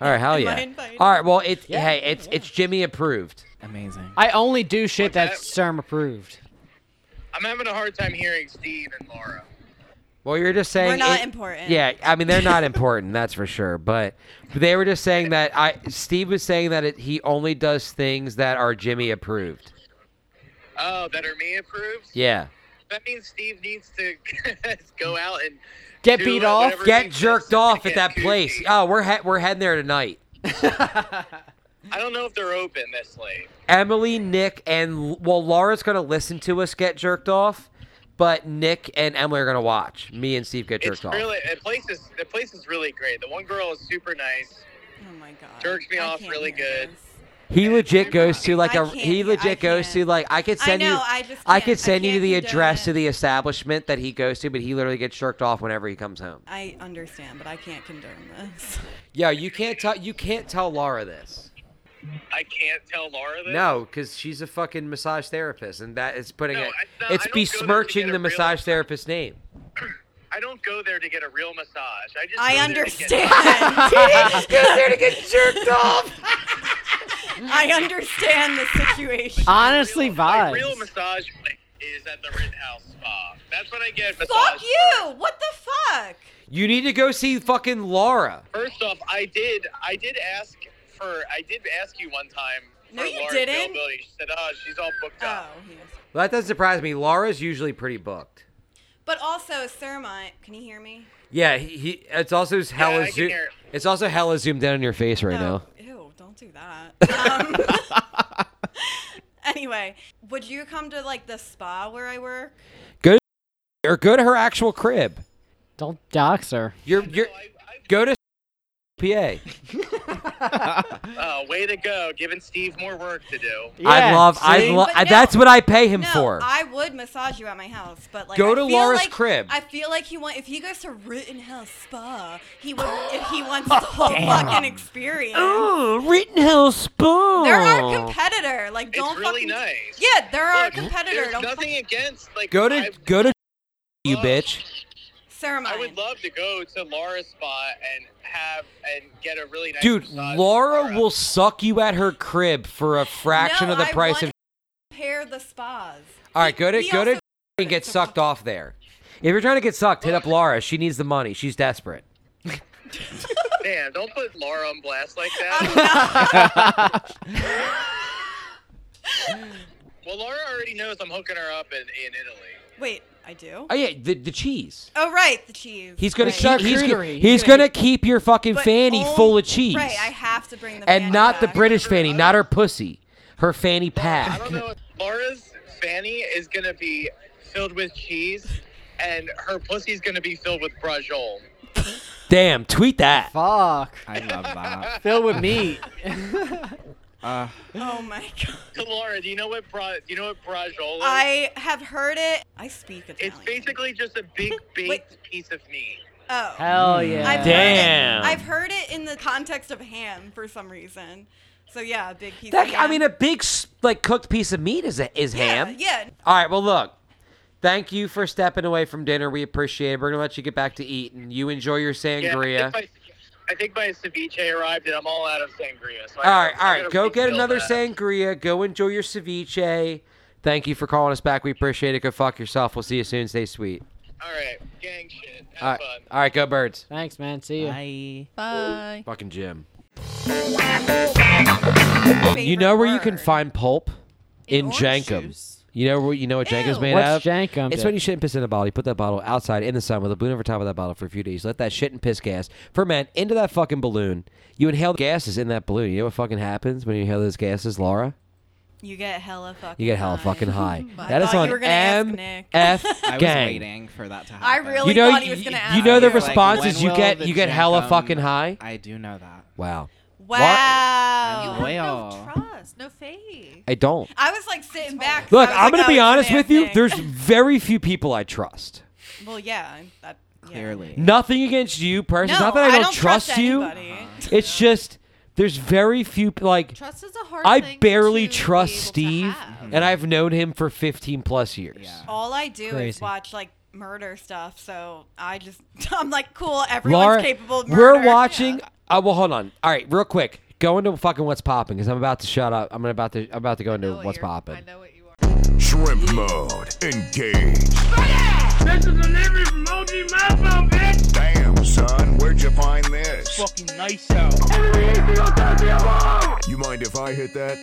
S2: All right, hell
S6: Am I
S2: yeah.
S6: invited?
S2: All right, well, it's
S1: Yeah,
S2: hey, it's it's Jimmy approved.
S3: Amazing.
S1: I only do shit
S4: What's that?
S1: that's CERM approved.
S4: I'm having a hard time hearing Steve and Laura.
S2: Well, you're just saying
S6: We're not
S2: it-
S6: important.
S2: Yeah, I mean
S6: *laughs*
S2: they're not important, that's for sure. But they were just saying that I Steve was saying that it, he only does things that are Jimmy approved.
S4: Oh, that are me approved.
S2: Yeah,
S4: That means Steve needs to *laughs* go out and
S1: Get
S4: do
S1: beat off,
S4: whatever he
S2: get
S4: thinks
S2: jerked
S4: to
S2: off
S4: get
S2: at that
S4: goofy.
S2: place. Oh, we're he- we're heading there tonight.
S4: I don't know if they're open this late.
S2: Emily, Nick, and well, Laura's gonna listen to us get jerked off, but Nick and Emily are gonna watch me and Steve get jerked
S4: it's
S2: off.
S4: really the place is the place is really great. The one girl is super nice.
S6: Oh my god.
S4: Jerks me
S6: I
S4: off
S6: can't
S4: really
S6: hear
S4: good.
S6: this.
S2: He legit goes to like
S6: I
S2: a.
S6: can't
S2: He
S6: hear-
S2: legit
S6: I
S2: goes to
S6: can't.
S2: like I could
S6: I
S2: send you.
S6: know, I just
S2: I
S6: can't- I
S2: could send you
S6: can't
S2: the
S6: condone
S2: address to
S6: it.
S2: the establishment that he goes to, but he literally gets jerked off whenever he comes home.
S6: I understand, but I can't condone
S4: *laughs*
S6: this.
S2: Yeah, you can't tell. You can't tell Laura this.
S4: I can't tell Laura this.
S2: No, because she's a fucking massage therapist, and that is putting
S4: No,
S2: it.
S4: it's not-
S2: It's
S4: I don't go there to
S2: besmirching
S4: get a
S2: the
S4: real-
S2: massage therapist's name.
S4: I don't go there to get a real massage. I just
S6: I
S4: *laughs*
S2: *laughs*
S4: go there to get-
S6: understand.
S2: Goes there to get jerked off.
S6: *laughs* I understand the situation.
S1: Honestly,
S4: real, my
S1: vibes.
S4: real massage place is at the Rittenhouse Spa. That's what I get.
S6: Fuck
S4: massage
S6: you! What the fuck?
S2: You need to go see fucking Laura.
S4: First off, I did I did ask for I did ask you one time.
S6: No,
S4: for
S6: you
S4: Laura's
S6: didn't.
S4: availability. She said, "Oh, she's all booked
S6: Oh,
S4: up."
S6: he was-
S2: Well, that doesn't surprise me. Laura's usually pretty booked.
S6: But also, Sermont, can you hear me?
S2: Yeah, he. he it's also hella
S4: I can
S2: zo-
S4: hear it.
S2: It's also hella zoomed in on your face right now.
S6: No. Ew, don't do that. Um, *laughs* anyway, would you come to like the spa where I work?
S2: Or go to her actual crib.
S1: Don't dox her.
S6: Oh. *laughs*
S2: You're you're. Go to PA.
S4: Oh, way to go, giving Steve more work to do.
S2: I
S1: Yeah,
S2: love. I
S1: see?
S2: love.
S6: But no.
S2: That's what I pay him
S6: no,
S2: for.
S6: I would massage you at my house, but like
S2: Go
S6: I
S2: to
S6: feel
S2: Laura's
S6: like-
S2: crib.
S6: I feel like he want if he goes to Rittenhouse Spa, he would if
S2: *gasps*
S6: he wants the whole fucking experience.
S2: Rittenhouse Spoon.
S6: They're our competitor. Like,
S4: It's
S6: don't fucking.
S4: really nice.
S6: Yeah, they're our
S4: Look,
S6: competitor.
S4: There's
S6: Don't
S4: nothing
S6: fucking.
S4: against like.
S2: Go to
S4: I,
S2: go to you bitch.
S4: I
S6: Ceremony.
S4: would love to go to Laura's spot and have and get a really nice.
S2: Dude,
S4: massage
S2: Laura
S4: from
S2: will suck you at her crib for a fraction
S6: No,
S2: of the
S6: I
S2: price
S6: want
S2: of.
S6: Pair the spas.
S2: *laughs* All right, go to
S6: he
S2: go to
S6: also-
S2: and get sucked off there. If you're trying to get sucked, hit up Laura. She needs the money. She's desperate.
S4: Man, don't put Laura on blast like that.
S6: I'm not-
S4: well, Laura already knows I'm hooking her up in, in Italy.
S6: Wait, I do.
S2: Oh yeah, the, the cheese.
S6: Oh right, the cheese.
S2: He's gonna
S6: Right.
S2: keep. He's, gonna,
S1: Charcuterie.
S2: he's gonna keep your fucking
S6: But
S2: fanny
S6: only-
S2: full of cheese,
S6: Right, I have to bring the
S2: and
S6: fanny
S2: not the
S6: back.
S2: British fanny, not her pussy, her fanny
S4: I
S2: pack.
S4: don't know. if Laura's fanny is gonna be filled with cheese, and her pussy's gonna be filled with brajol.
S2: Damn, tweet that.
S1: Fuck.
S3: I love that.
S1: Fill with meat.
S3: *laughs* Uh,
S6: Oh my god.
S4: Laura, do you know what bra? Do you know what brajol is?
S6: I have heard it. I speak Italian.
S4: It's basically just a big baked piece of meat.
S6: Oh.
S1: *laughs* *laughs* Hell yeah.
S6: I've
S2: Damn.
S6: Heard it. I've heard it in the context of ham for some reason. So yeah, a big piece. of
S2: That,
S6: ham.
S2: I mean, a big s- like cooked piece of meat is a, is
S6: yeah,
S2: ham.
S6: Yeah.
S2: All right. Well, look. Thank you for stepping away from dinner. We appreciate it. We're gonna let you get back to eat, and you enjoy your
S4: Yeah,
S2: sangria.
S4: I, think my, I think my ceviche arrived, and I'm all out of sangria. So I
S2: all right,
S4: gotta-
S2: all
S4: I
S2: right.
S4: gotta
S2: Go get
S4: refill
S2: another
S4: that.
S2: sangria. Go enjoy your ceviche. Thank you for calling us back. We appreciate it. Go fuck yourself. We'll see you soon. Stay sweet.
S4: All right, gang shit. Have
S2: All right,
S4: fun.
S2: all right. Go birds.
S1: Thanks, man. See you.
S3: I
S5: Bye.
S2: Fucking Jim. You
S6: favorite
S2: know where you can
S6: word.
S2: find pulp? In,
S5: orange
S2: Jankum.
S5: juice.
S2: You know what you know what Jankum's
S5: Ew.
S2: made
S1: What's
S2: of?
S1: Jankum,
S2: It's
S1: Dick?
S2: when you shit and piss in a bottle. You put that bottle outside in the sun with a balloon over top of that bottle for a few days. Let that shit and piss gas ferment into that fucking balloon. You inhale the gases in that balloon. You know what fucking happens when you inhale those gases, Laura?
S6: You get hella fucking.
S2: You get hella
S6: high.
S2: fucking high.
S5: I
S2: that is
S6: thought
S2: on
S6: you were gonna ask
S2: M
S6: Nick.
S2: F
S3: I was
S2: *laughs* gang.
S3: waiting for that to
S6: I
S3: happen.
S6: really
S2: You know,
S6: thought he was
S2: you,
S6: gonna
S2: you
S6: ask
S2: know the
S6: you, like,
S2: response
S3: when
S2: is you
S3: will
S2: get
S3: the
S2: you get hella
S3: Jankum-
S2: fucking high.
S3: I do know that.
S2: Wow.
S5: You
S6: Wow.
S5: have no
S3: Well.
S5: trust, no faith.
S2: I don't.
S6: I was like sitting back. 'cause
S2: Look,
S6: I was
S2: I'm
S6: like,
S2: gonna be
S6: oh, it's
S2: honest with you.
S6: romantic.
S2: There's very few people I trust.
S6: Well, yeah. That, yeah.
S3: Clearly.
S2: Nothing against you, person.
S6: No,
S2: It's not that I don't,
S6: trust,
S2: you.
S6: anybody.
S2: It's just there's very few p- like
S5: Trust is a hard thing.
S2: I barely
S5: to be
S2: trust
S5: able to
S2: Steve,
S5: have.
S2: and I've known him for 15 plus years.
S3: Yeah.
S6: All I do
S1: Crazy.
S6: is watch like murder stuff, so I just *laughs* I'm like, cool. Everyone's
S2: Laura,
S6: capable of murder.
S2: we're watching. Uh, well, hold on. All right, real quick. Go into fucking what's popping because I'm about to shut up. I'm about to. I'm about to go
S5: I
S2: into
S5: know what
S2: what's
S5: you're-
S2: popping.
S5: I know what you are.
S7: Shrimp mode. Engage.
S10: This is delivery from OG Mofo, bitch.
S7: Damn, son, where'd you find this?
S10: Fucking nice out.
S7: You mind if I hit that?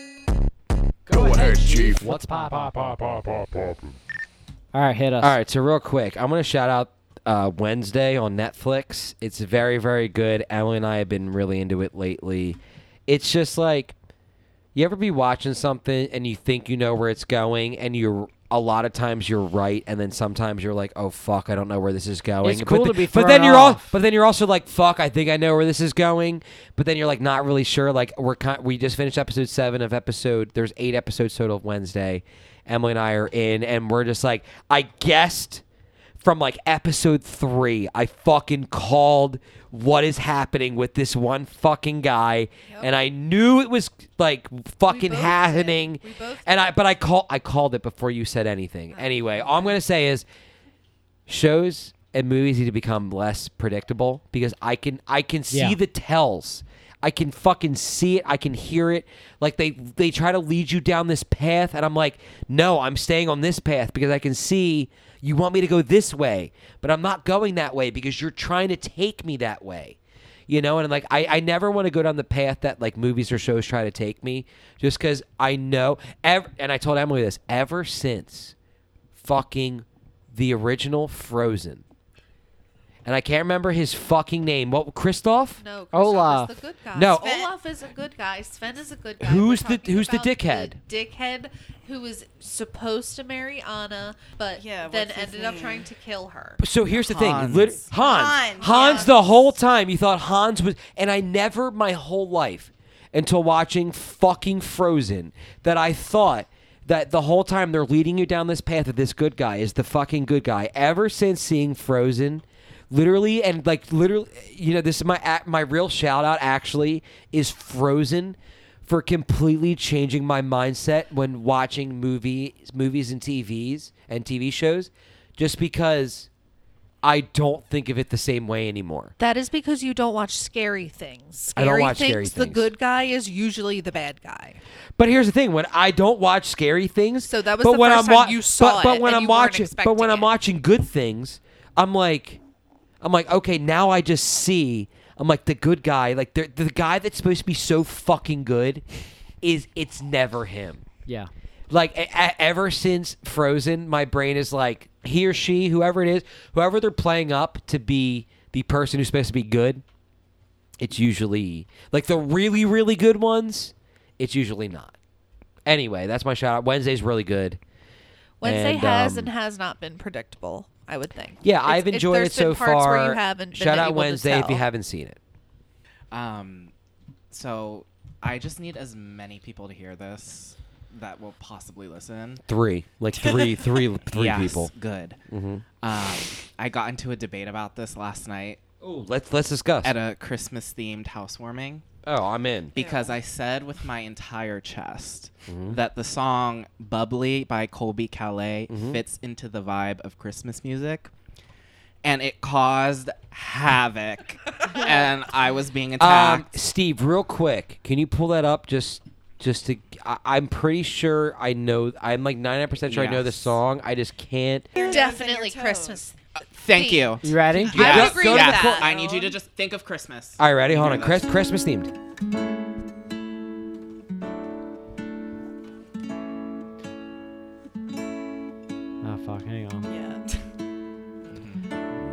S7: Go, ahead, Chief.
S1: What's pop? All right, hit us.
S2: All right, so real quick, I'm gonna shout out uh, Wednesday on Netflix. It's very, very good. Emily and I have been really into it lately. It's just like you ever be watching something and you think you know where it's going, and you're a lot of times you're right, and then sometimes you're like, "Oh fuck, I don't know where this is going."
S1: It's cool
S2: but,
S1: to be
S2: but then
S1: thrown
S2: you're all,
S1: off.
S2: but then you're also like, "Fuck, I think I know where this is going," but then you're like not really sure. Like we're kind, we just finished episode seven of episode. There's eight episodes total of Wednesday. Emily and I are in, and we're just like, I guessed from like episode three. I fucking called what is happening with this one fucking guy, and I knew it was like
S5: both
S2: fucking
S5: did.
S2: happening.
S5: We both Oh,
S2: and I, but I call, I called it before you said anything. Anyway, all I'm gonna say is shows and movies need to become less predictable because I can I can see
S1: Yeah.
S2: the tells. I can fucking see it. I can hear it. Like they they try to lead you down this path, and I'm like, no, I'm staying on this path because I can see you want me to go this way, but I'm not going that way because you're trying to take me that way. You know, and like I, I never want to go down the path that like movies or shows try to take me, just because I know. Ever, and I told Emily this ever since fucking the original Frozen. And I can't remember his fucking name. What Kristoff?
S5: No, Christoph
S1: Olaf.
S5: is the good guy.
S2: No.
S5: Sven. Olaf is a good guy. Sven is a good guy.
S2: Who's
S5: We're
S2: the-
S5: talking
S2: who's the
S5: about
S2: dickhead?
S5: dickhead who was supposed to marry Anna, but
S6: Yeah,
S5: then
S6: what's his
S5: ended up
S6: name?
S5: trying to kill her.
S2: So here's the thing,
S3: Hans.
S2: Lit- Hans. Hans,
S6: Hans, yeah.
S2: the whole time you thought Hans was, and I never my whole life until watching fucking Frozen that I thought that the whole time they're leading you down this path that this good guy is the fucking good guy. Ever since seeing Frozen, literally and like literally, you know, this is my ac- my real shout out actually is Frozen for completely changing my mindset when watching movies movies and TVs and TV shows just because I don't think of it the same way anymore.
S5: That is because you don't watch scary things.
S2: I
S5: Scary
S2: don't watch
S5: things,
S2: scary
S5: The
S2: things.
S5: good guy is usually the bad guy.
S2: But here's the thing: when I don't watch scary things,
S5: So that was
S2: but
S5: the
S2: when
S5: first
S2: I'm wa-
S5: time you saw
S2: but, but
S5: it
S2: when
S5: and
S2: I'm
S5: you weren't
S2: watching, but when
S5: expecting
S2: I'm
S5: it.
S2: watching good things, I'm like, I'm like, okay, now I just see. I'm like the good guy, like the the guy that's supposed to be so fucking good, is it's never him.
S1: Yeah.
S2: Like e- e- ever since Frozen, my brain is like he or she, whoever it is, whoever they're playing up to be the person who's supposed to be good. It's usually like the really really good ones. It's usually not. Anyway, that's my shout out. Wednesday's really good.
S5: Wednesday
S2: And,
S5: has
S2: um,
S5: and has not been predictable. I would think.
S2: Yeah,
S5: It's-
S2: I've enjoyed
S5: there's
S2: it so
S5: been parts
S2: far.
S5: Where you haven't been
S2: shout out
S5: able to
S2: Wednesday if you
S5: tell.
S2: haven't seen it.
S3: Um, so I just need as many people to hear this that will possibly listen.
S2: Three, like three, three, three
S3: *laughs* Yes,
S2: people.
S3: Good. Um, I got into a debate about this last night
S2: Oh, let's let's discuss.
S3: at a Christmas themed housewarming
S2: oh, I'm in.
S3: because I said with my entire chest
S2: Mm-hmm.
S3: that the song Bubbly by Colby Calais
S2: Mm-hmm.
S3: fits into the vibe of Christmas music. And it caused
S5: *laughs*
S3: havoc. and I was being
S2: Um,
S3: attacked.
S2: Steve, real quick, can you pull that up just just to? I, I'm pretty sure I know. I'm like 99 percent sure I know the
S3: Yes.
S2: song. I just can't.
S5: Definitely Christmas.
S3: Thank you.
S1: You ready?
S5: I
S2: would agree with
S5: that.
S3: I need you to just think of Christmas.
S2: All right, ready? Hold on.
S3: Yeah,
S2: Chris, Christmas themed.
S1: Oh fuck, hang on.
S6: *laughs* Yeah.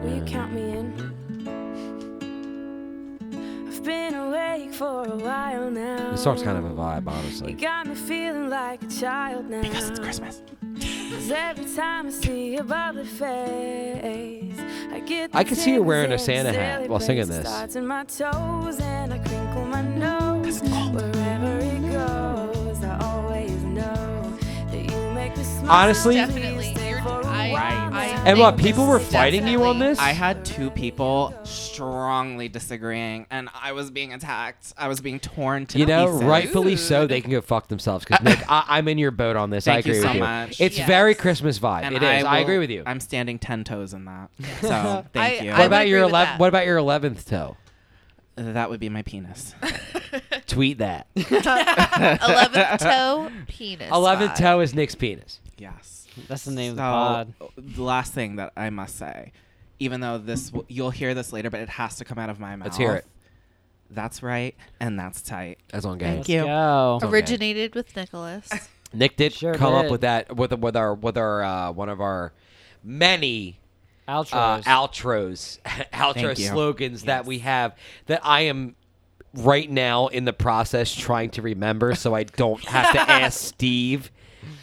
S11: Will you count me in? I've been awake for a while now.
S2: This song's kind of a vibe,
S11: You
S2: honestly.
S11: got me feeling like a child now.
S3: Because it's Christmas.
S11: 'Cause every time I see your bubbly face, I get.
S2: I can see you wearing a Santa
S11: the
S2: hat
S11: silly
S2: while singing
S11: place
S2: this.
S11: starts in my toes and I crinkle my nose. Wherever it goes, I always know that you make me smile.
S2: Honestly-
S5: Definitely.
S11: Stay
S5: You're,
S11: for a
S5: I,
S3: Right.
S5: I think
S2: Emma,
S5: this
S2: people were
S5: is
S2: fighting you on
S5: definitely-
S2: this.
S3: I had two people strongly disagreeing, and I was being attacked. I was being torn to
S2: You know,
S3: pieces.
S2: rightfully so, they can go fuck themselves. Because Nick, I, I'm in your boat on this. I
S3: Thank you
S2: agree
S3: so
S2: with you.
S3: much.
S2: It's
S5: Yes.
S2: very Christmas vibe.
S3: And
S2: it is. I,
S3: will-
S2: agree with you.
S3: I'm standing ten toes in
S5: *laughs*
S3: that. So thank
S5: I-
S3: you.
S5: I
S2: what
S5: would
S2: about your
S5: agree with
S2: eleven?
S5: that.
S2: What about your eleventh toe?
S3: that would be my penis.
S5: *laughs*
S3: *laughs*
S2: Tweet that.
S5: Eleventh toe penis.
S2: Eleventh
S5: vibe.
S2: toe is Nick's penis.
S3: Yes.
S1: That's the name of the pod.
S3: So, the last thing that I must say, even though this w- you'll hear this later, but it has to come out of my mouth.
S2: Let's hear it.
S3: That's right, and that's tight.
S2: That's on game.
S1: Let's go.
S5: Uh,
S2: Okay.
S5: Originated with Nicholas.
S2: Nick did
S1: Sure
S2: come up
S1: did.
S2: with that with with our with our uh, one of our many uh,
S1: Outros.
S2: outros *laughs* outro
S3: Thank you.
S2: slogans that we have that I am right now in the process trying to remember so I don't have to ask Steve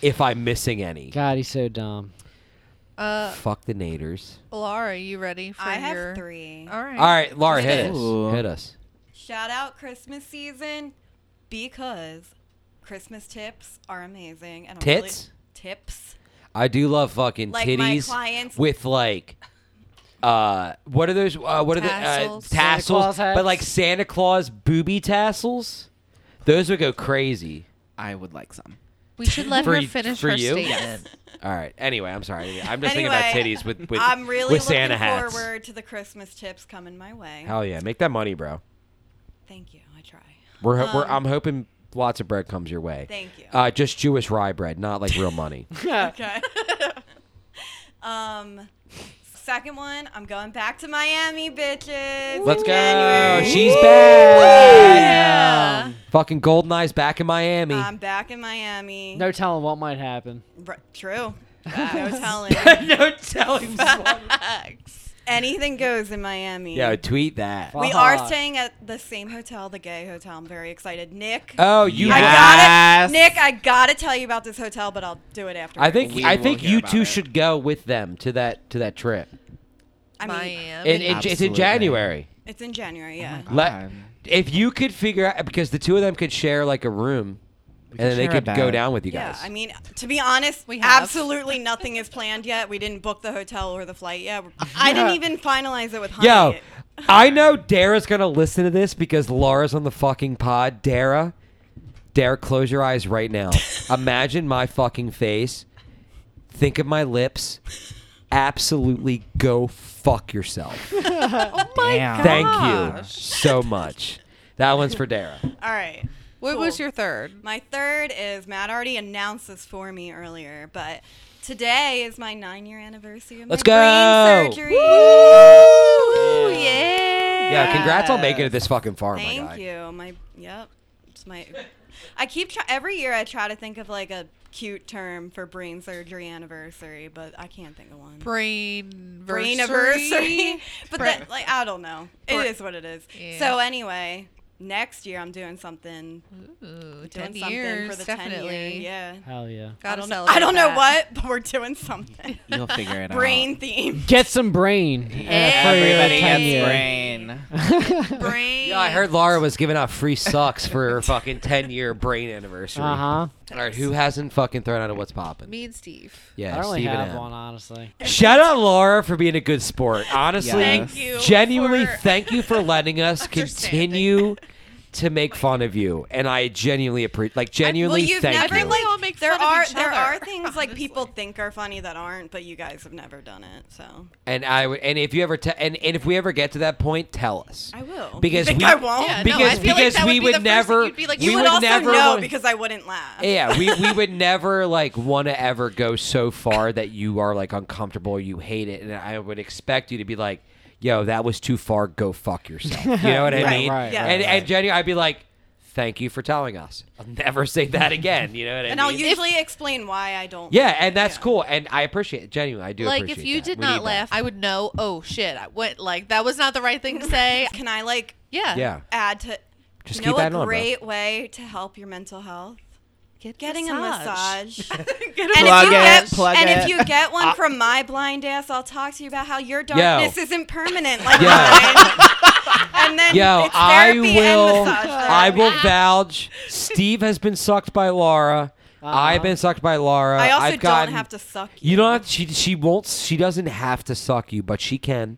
S2: if I'm missing any.
S1: God, he's so dumb.
S5: Uh,
S2: Fuck the naders.
S5: Laura, you ready for
S6: I
S5: your?
S6: have three.
S5: All right.
S2: All right, Laura, hit
S3: Ooh.
S2: us. Hit us.
S6: Shout out Christmas season because Christmas tips are amazing. And I'm really-
S2: Tits?
S6: tips.
S2: I do love fucking
S6: Like my
S2: titties
S6: clients-
S2: with like uh what are those uh, what are
S5: Tassels.
S2: the uh,
S5: Santa
S2: tassels
S1: Claus hats?
S2: but like Santa Claus booby tassels? Those would go crazy.
S3: I would like some.
S5: We should let
S2: For
S5: her
S2: y-
S5: finish
S2: for
S5: her
S2: you?
S5: *laughs* statement.
S2: All right. Anyway, I'm sorry. I'm just thinking
S6: Anyway,
S2: about titties with with,
S6: I'm really
S2: with
S6: looking
S2: Santa hats.
S6: forward to the Christmas tips coming my way.
S2: Hell yeah, make that money, bro.
S6: Thank you. I try.
S2: We're, ho- we're
S6: Um,
S2: I'm hoping lots of bread comes your way.
S6: Thank you.
S2: Uh, just Jewish rye bread, not like
S6: *laughs*
S2: real money.
S6: okay. um, second one, I'm going back to Miami, bitches. in
S2: Let's go.
S6: January.
S2: She's back. Fucking Golden Eyes back in Miami.
S1: *laughs*
S6: I'm back in Miami.
S1: No telling what might happen.
S6: R- true. No
S2: *laughs*
S6: telling.
S2: no telling.
S6: Facts. Anything goes in Miami.
S2: yeah, Uh-huh. tweet that.
S6: We are staying at the same hotel, the Gay Hotel. I'm very excited. Nick.
S2: Oh, you
S6: I
S2: Yes.
S6: gotta, Nick, I gotta tell you about this hotel, but I'll do it after.
S2: I think
S3: We
S2: I
S3: will
S2: think
S3: hear
S2: you
S3: about
S2: two
S3: it.
S2: should go with them to that to that trip.
S6: I mean,
S5: Miami.
S2: And it- it's in
S3: Absolutely.
S2: January.
S6: it's in January. Yeah.
S2: Let, if you could figure out because the two of them could share like a room, and
S3: could
S2: then they
S3: share a
S2: could go
S3: bed.
S2: down with you
S6: Yeah,
S2: guys.
S6: I mean, to be honest,
S5: We
S6: we
S5: have.
S6: absolutely nothing is planned yet. We didn't book the hotel or the flight yet. I didn't even finalize it with Honey.
S2: Yo, I know Dara's gonna listen to this because Laura's on the fucking pod. Dara, Dara, close your eyes right
S6: *laughs*
S2: now. Imagine my fucking face. Think of my lips. Absolutely go fuck yourself.
S5: Oh
S3: Damn.
S2: Thank you so much. That one's for Dara.
S6: All right.
S5: What was
S6: Cool.
S5: your third?
S6: My third is Matt already announced this for me earlier, but today is my nine year anniversary of
S2: Let's
S6: my
S2: go.
S6: brain surgery.
S5: Ooh, yeah.
S2: Yeah, congrats on making it this fucking far, my guy.
S6: Thank you. My yep. It's my I keep try, every year I try to think of like a cute term for brain surgery anniversary, but I can't think of one.
S5: Brain
S6: Brain anniversary. *laughs* but
S5: Bra-
S6: that like I don't know. It is
S5: Bra-
S6: what it is.
S5: Yeah.
S6: So anyway, next year I'm doing something
S5: Ooh,
S6: doing
S5: 10
S6: something
S5: years,
S6: for the
S5: definitely.
S6: 10 year. Yeah.
S1: Hell yeah.
S6: I
S5: Gotta
S6: don't,
S5: celebrate
S6: I don't know
S5: that. *laughs*
S6: what, but we're doing
S2: *laughs*
S6: something.
S3: You'll figure it out.
S6: Brain theme.
S1: Get some brain. uh, for your
S3: Everybody
S1: 10
S3: gets
S1: year.
S3: brain.
S5: Brain.
S2: Yeah, I heard Laura was giving out free sucks for her fucking 10 year brain anniversary.
S1: Uh huh.
S2: All right, who hasn't fucking thrown out of what's popping?
S5: Me and Steve.
S2: Yeah,
S1: I don't really
S2: Steven
S1: have
S2: M.
S1: one, honestly.
S2: Shout out Laura for being a good sport. Honestly,
S3: Thank
S5: Thank you.
S2: genuinely
S5: for-
S2: thank you for letting us
S5: Understanding.
S2: continue to make fun of you, and I genuinely appreciate. Like
S6: Well,
S2: genuinely,
S6: you've
S2: thank
S6: never
S2: you.
S5: We
S6: like
S5: all make
S6: there
S5: fun of
S6: are
S5: each
S6: there
S5: other, *laughs*
S6: are things like people
S5: honestly.
S6: think are funny that aren't, but you guys have never done it. So
S2: and I would, and if you ever, te- and, and if we ever get to that point, tell us.
S6: I will.
S2: Because
S6: you think
S2: we-
S6: I won't.
S5: Yeah, no, I
S2: Oh, because
S5: feel like
S2: because
S5: that
S2: we
S5: would be the
S2: would
S5: first thing
S2: never,
S5: you'd be like,
S2: we
S6: you
S5: we
S6: would,
S5: would
S6: also
S2: never
S6: know
S2: want-
S6: because I wouldn't laugh.
S2: Yeah, we, we would never like want to ever go so far that you are like uncomfortable, you hate it, and I would expect you to be like, "Yo, that was too far. Go fuck yourself." You know what I
S6: Right,
S2: mean?
S1: right,
S6: Yeah.
S2: And
S6: right,
S2: and Jenny, I'd be like, "Thank you for telling us. I'll never say that again." You know what I
S6: and
S2: mean?
S6: I'll usually explain why I don't.
S2: yeah, and that's
S6: Yeah.
S2: cool, and I appreciate it, Jenny. I do.
S5: Like,
S2: appreciate
S5: if you
S2: that.
S5: did
S2: We need
S5: not
S2: that.
S5: laugh, I would know, oh, shit. I went, like, that was not the right thing to say.
S6: Can I like
S5: Yeah.
S2: *laughs* yeah,
S6: add to?
S2: Just
S6: you know
S2: keep adding
S6: a
S2: on, bro.
S6: great way to help your mental health?
S5: Get
S6: Getting
S2: *laughs*
S6: a massage.
S5: Get a
S6: And
S3: Plug
S6: if you
S3: it,
S6: get
S3: plug
S6: and
S3: it.
S6: if you get
S2: Ah.
S6: one from my blind ass, I'll talk to you about how your darkness isn't permanent like
S2: Yo.
S6: mine. *laughs* and then
S2: Yo,
S6: it's
S2: I
S6: therapy
S2: will.
S6: and massage
S2: I
S6: therapy.
S2: will vouch. Steve has been sucked by Laura. I've been sucked by Laura.
S6: Uh-huh. I also
S2: have
S6: don't
S2: gotten,
S6: have to suck you.
S2: You don't have she she won't she doesn't have to suck you, but
S6: *laughs*
S2: she can.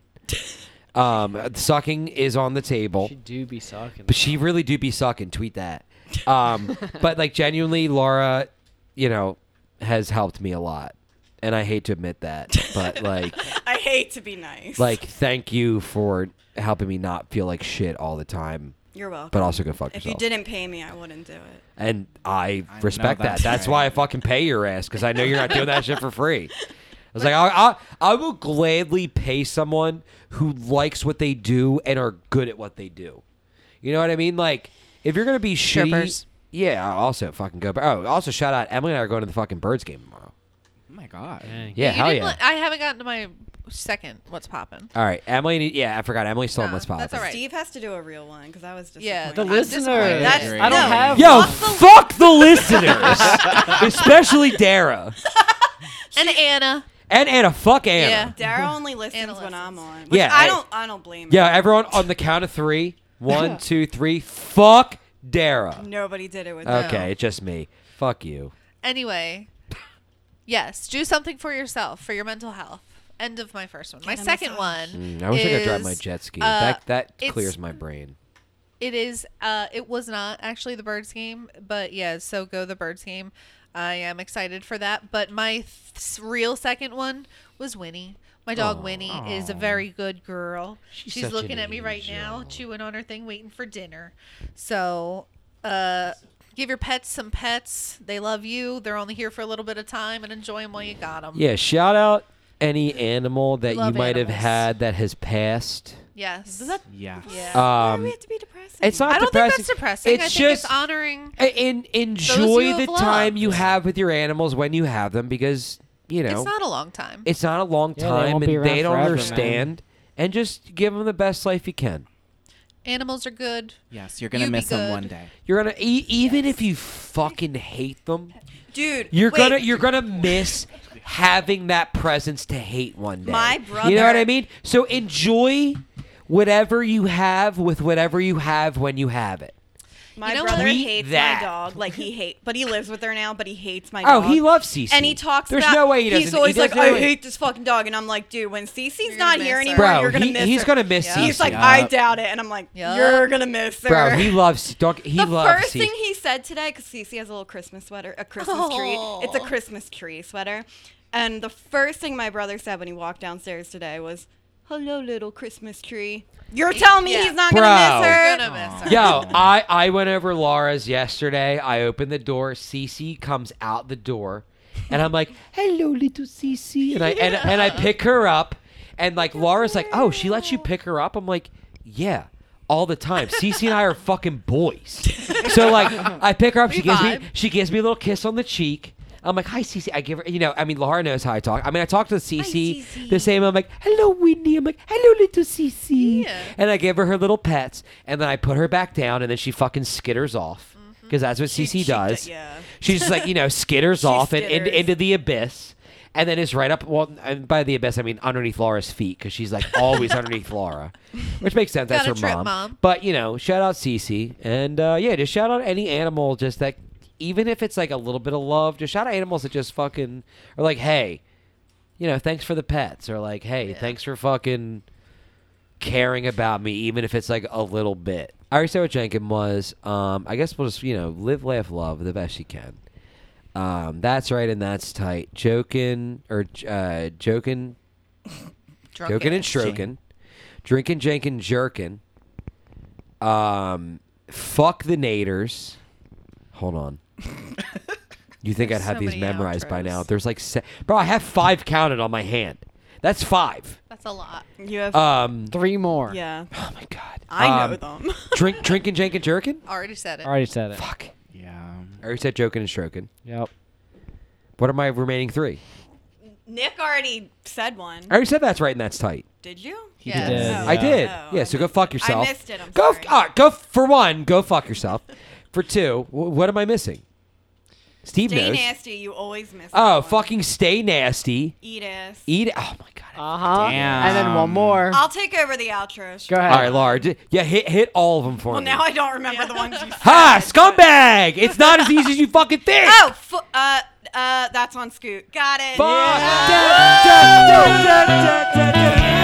S2: Um, sucking is on the table,
S1: She do be sucking.
S2: Oh. but she really do be sucking. Tweet that.
S6: *laughs*
S2: Um, but like genuinely, Laura, you know, has helped me a lot, and I hate to admit that,
S6: *laughs*
S2: but like,
S6: I hate to be nice.
S2: like thank you for helping me not feel like shit all the time,
S6: you're welcome.
S2: but also go fuck
S6: if you
S2: yourself.
S6: didn't pay me, I wouldn't do it.
S2: And I
S3: know
S2: respect that.
S3: that's
S2: That's
S3: right.
S2: why I fucking pay your ass because I know you're not doing that shit
S5: *laughs*
S2: for free. I was like, I, I, I will gladly pay someone who likes what they do and are good at what they do. You know what I mean? Like, if you're gonna be shitty,
S5: Strippers.
S2: yeah. Also, fucking go. Oh, also shout out Emily and I are going to the fucking Birds game tomorrow.
S3: Oh my god.
S2: Yeah, hell yeah.
S5: I haven't gotten to my second. What's poppin'?
S2: all right, Emily. need- Yeah, I forgot. Emily's still on
S5: Nah,
S2: what's popping.
S5: that's all right.
S6: Steve has to do a real one because I was disappointed.
S5: Yeah,
S1: the
S5: I'm
S1: listeners.
S5: disappointed.
S1: I
S6: That's-
S1: don't
S6: no.
S1: have.
S2: Yo,
S6: *laughs*
S5: Fuck the-
S2: fuck the
S5: *laughs*
S2: listeners, especially Dara
S5: And Anna.
S2: and Anna. Fuck Anna.
S5: Yeah.
S2: *laughs*
S6: Dara only listens
S5: Anna
S6: when I'm
S5: listens.
S6: on. Which
S2: Yeah,
S6: I,
S2: I-
S6: don't. I don't blame
S2: Yeah,
S6: her.
S2: everyone on the count of three. One, two, three. Fuck Dara.
S6: Nobody did it with me.
S2: Okay, it's just me. Fuck you.
S5: Anyway, yes, do something for yourself, for your mental health. End of my first one. My
S6: Get a
S5: second
S6: massage.
S5: one.
S2: Mm, I wish I could drive
S5: is,
S2: my jet ski.
S5: uh,
S2: that that
S5: it's-
S2: clears my brain.
S5: It is. Uh, it was not actually the birds game, but yeah. So go the birds game. I am excited for that. But my th- real second one was Winnie. My dog Winnie
S9: Aw.
S5: is a very good girl.
S9: She's
S5: She's,
S9: such an
S5: looking at me right now, chewing on her thing, waiting for dinner. So, uh, give your pets some pets. They love you. They're only here for a little bit of time, and enjoy them while you got them.
S2: Yeah, shout out any animal that you
S5: Love
S2: might have
S5: animals.
S2: had that has passed.
S5: Yes.
S3: Yes.
S5: Yeah.
S2: Um, It's not
S5: I don't
S2: depressing.
S5: think that's depressing.
S2: It's
S5: I think
S2: just
S5: it's honoring.
S2: a- en-
S5: you
S2: enjoy the
S5: have
S2: time you
S5: loved.
S2: have with your animals when you have them because you know
S5: It's not a long time.
S2: It's not a long
S1: Yeah, they
S2: time,
S1: won't be
S2: and they
S1: around
S2: don't
S1: forever, man.
S2: understand. And just give them the best life you can.
S5: Animals are good.
S3: Yes, you're gonna
S5: You be
S3: miss them one
S5: good.
S3: day.
S2: You're gonna e- even if you fucking hate them,
S6: dude.
S2: You're
S6: wait.
S2: gonna you're gonna miss having that presence to hate one day.
S6: My
S2: You know what
S6: brother-
S2: I mean? So enjoy whatever you have with whatever you have when you have it.
S6: My
S5: You know
S6: brother
S5: what? Tweet
S6: hates
S2: that.
S6: my dog. Like he hate, but he lives with her now. But he hates my
S2: Oh,
S6: dog.
S2: he loves Cece.
S6: And he talks
S2: There's
S6: about.
S2: no way he
S6: He's
S2: doesn't- he
S6: always like,
S2: doesn't-
S6: I hate this fucking dog, and I'm like, dude, when Cece's not here
S5: miss her.
S6: anymore,
S2: Bro,
S6: you're gonna
S2: he-
S6: miss.
S2: he's
S6: her.
S2: gonna miss
S5: Yeah.
S2: Cece.
S6: He's like, I
S3: Yup.
S6: doubt it, and I'm like,
S5: Yup.
S6: you're gonna miss her.
S2: Bro, he loves dog. He
S6: the
S2: loves
S6: first
S2: Cece.
S6: thing he said today, because Cece has a little Christmas sweater, a Christmas
S5: Oh.
S6: tree. It's a Christmas tree sweater. And the first thing my brother said when he walked downstairs today was, "Hello, little Christmas tree." You're telling me
S5: Yeah.
S6: he's not
S2: Bro.
S6: gonna miss her?
S5: You're gonna miss her.
S2: Yo, I, I went over Laura's yesterday. I opened the door. Cece comes out the door, and I'm like, "Hello, little Cece," and I and, and I pick her up, and like Laura's like, "Oh, she lets you pick her up." I'm like, "Yeah." All the time, Cece and I are fucking boys. So like, I pick her up. She
S5: We
S2: gives me
S5: vibe.
S2: she gives me a little kiss on the cheek. I'm like, hi, Cece. I give her, you know, I mean, Laura knows how I talk. I mean, I talk to Cece, the same. I'm like, hello, Whitney. I'm like, hello, little Cece.
S5: Yeah.
S2: And I give her her little pets, and then I put her back down, and then she fucking skitters off. Because that's what Cece
S6: Mm-hmm. she d-
S2: does.
S6: yeah.
S2: She's just like,
S6: *laughs*
S2: you know, skitters off and, and
S6: skitters.
S2: into the abyss. And then is right up, well, and by the abyss, I mean underneath Laura's feet, because she's like
S5: *laughs*
S2: always underneath Laura, which makes sense. That's her
S5: Gotta trip,
S2: mom.
S5: Mom.
S2: But, you know, shout out Cece. And uh, yeah, just shout out any animal, just that, even if it's like a little bit of love, just shout out animals that just fucking are like, hey, you know, thanks for the pets, or like, hey, thanks for fucking caring about me, even if it's like a little bit. I already said what Jenkin was. Um, I guess we'll just, you know, live, laugh, love the best you can. Um, that's right and that's tight. Joking or uh, joking,
S5: Drunk
S2: joking and
S5: ass.
S2: stroking, drinking, janking, jerking. Um, fuck the naders.
S5: *laughs*
S2: Hold on. you think I'd
S5: There's
S2: have
S5: so
S2: these
S5: many
S2: memorized by now?
S5: outros.
S2: There's like, se- bro, I have five counted on my hand. That's five.
S5: That's a lot.
S6: You have,
S2: Um,
S1: Three more.
S6: yeah.
S2: oh my god.
S6: I know
S5: *laughs*
S2: Um,
S6: them. *laughs*
S2: drink, drinking, janking, jerking.
S5: Already said it.
S1: I already said it.
S2: Fuck.
S3: Yeah.
S2: I already said joking and stroking.
S1: Yep.
S2: What are my remaining three?
S6: Nick already said one.
S2: I already said that's right and that's tight.
S6: Did you?
S5: Yes.
S1: did.
S6: Oh,
S2: I did.
S6: oh,
S2: yeah,
S6: I
S2: so go
S6: missed
S2: fuck
S6: it.
S2: yourself.
S6: I missed it. I'm
S2: go,
S6: sorry.
S2: ah, go for one. Go fuck yourself. for two, wh- what am I missing? Steve
S6: Stay
S2: knows.
S6: nasty. You always miss. that
S2: Oh,
S6: one.
S2: fucking stay nasty.
S6: Eat ass.
S2: Eat. Oh my god. I-
S1: Uh huh.
S3: Damn.
S1: And then one more.
S6: I'll take over the outro.
S1: Go ahead.
S2: All right, Laura. d- Yeah, hit hit all of them for
S6: Well,
S2: me.
S6: now I don't remember the ones
S2: *laughs*
S6: you said. *laughs*
S2: ha, scumbag! It's not as easy as you fucking think.
S6: Oh, fu- uh, uh, that's on Scoot. Got it.
S2: Fuck. Dun, dun, dun, dun, dun, dun, dun.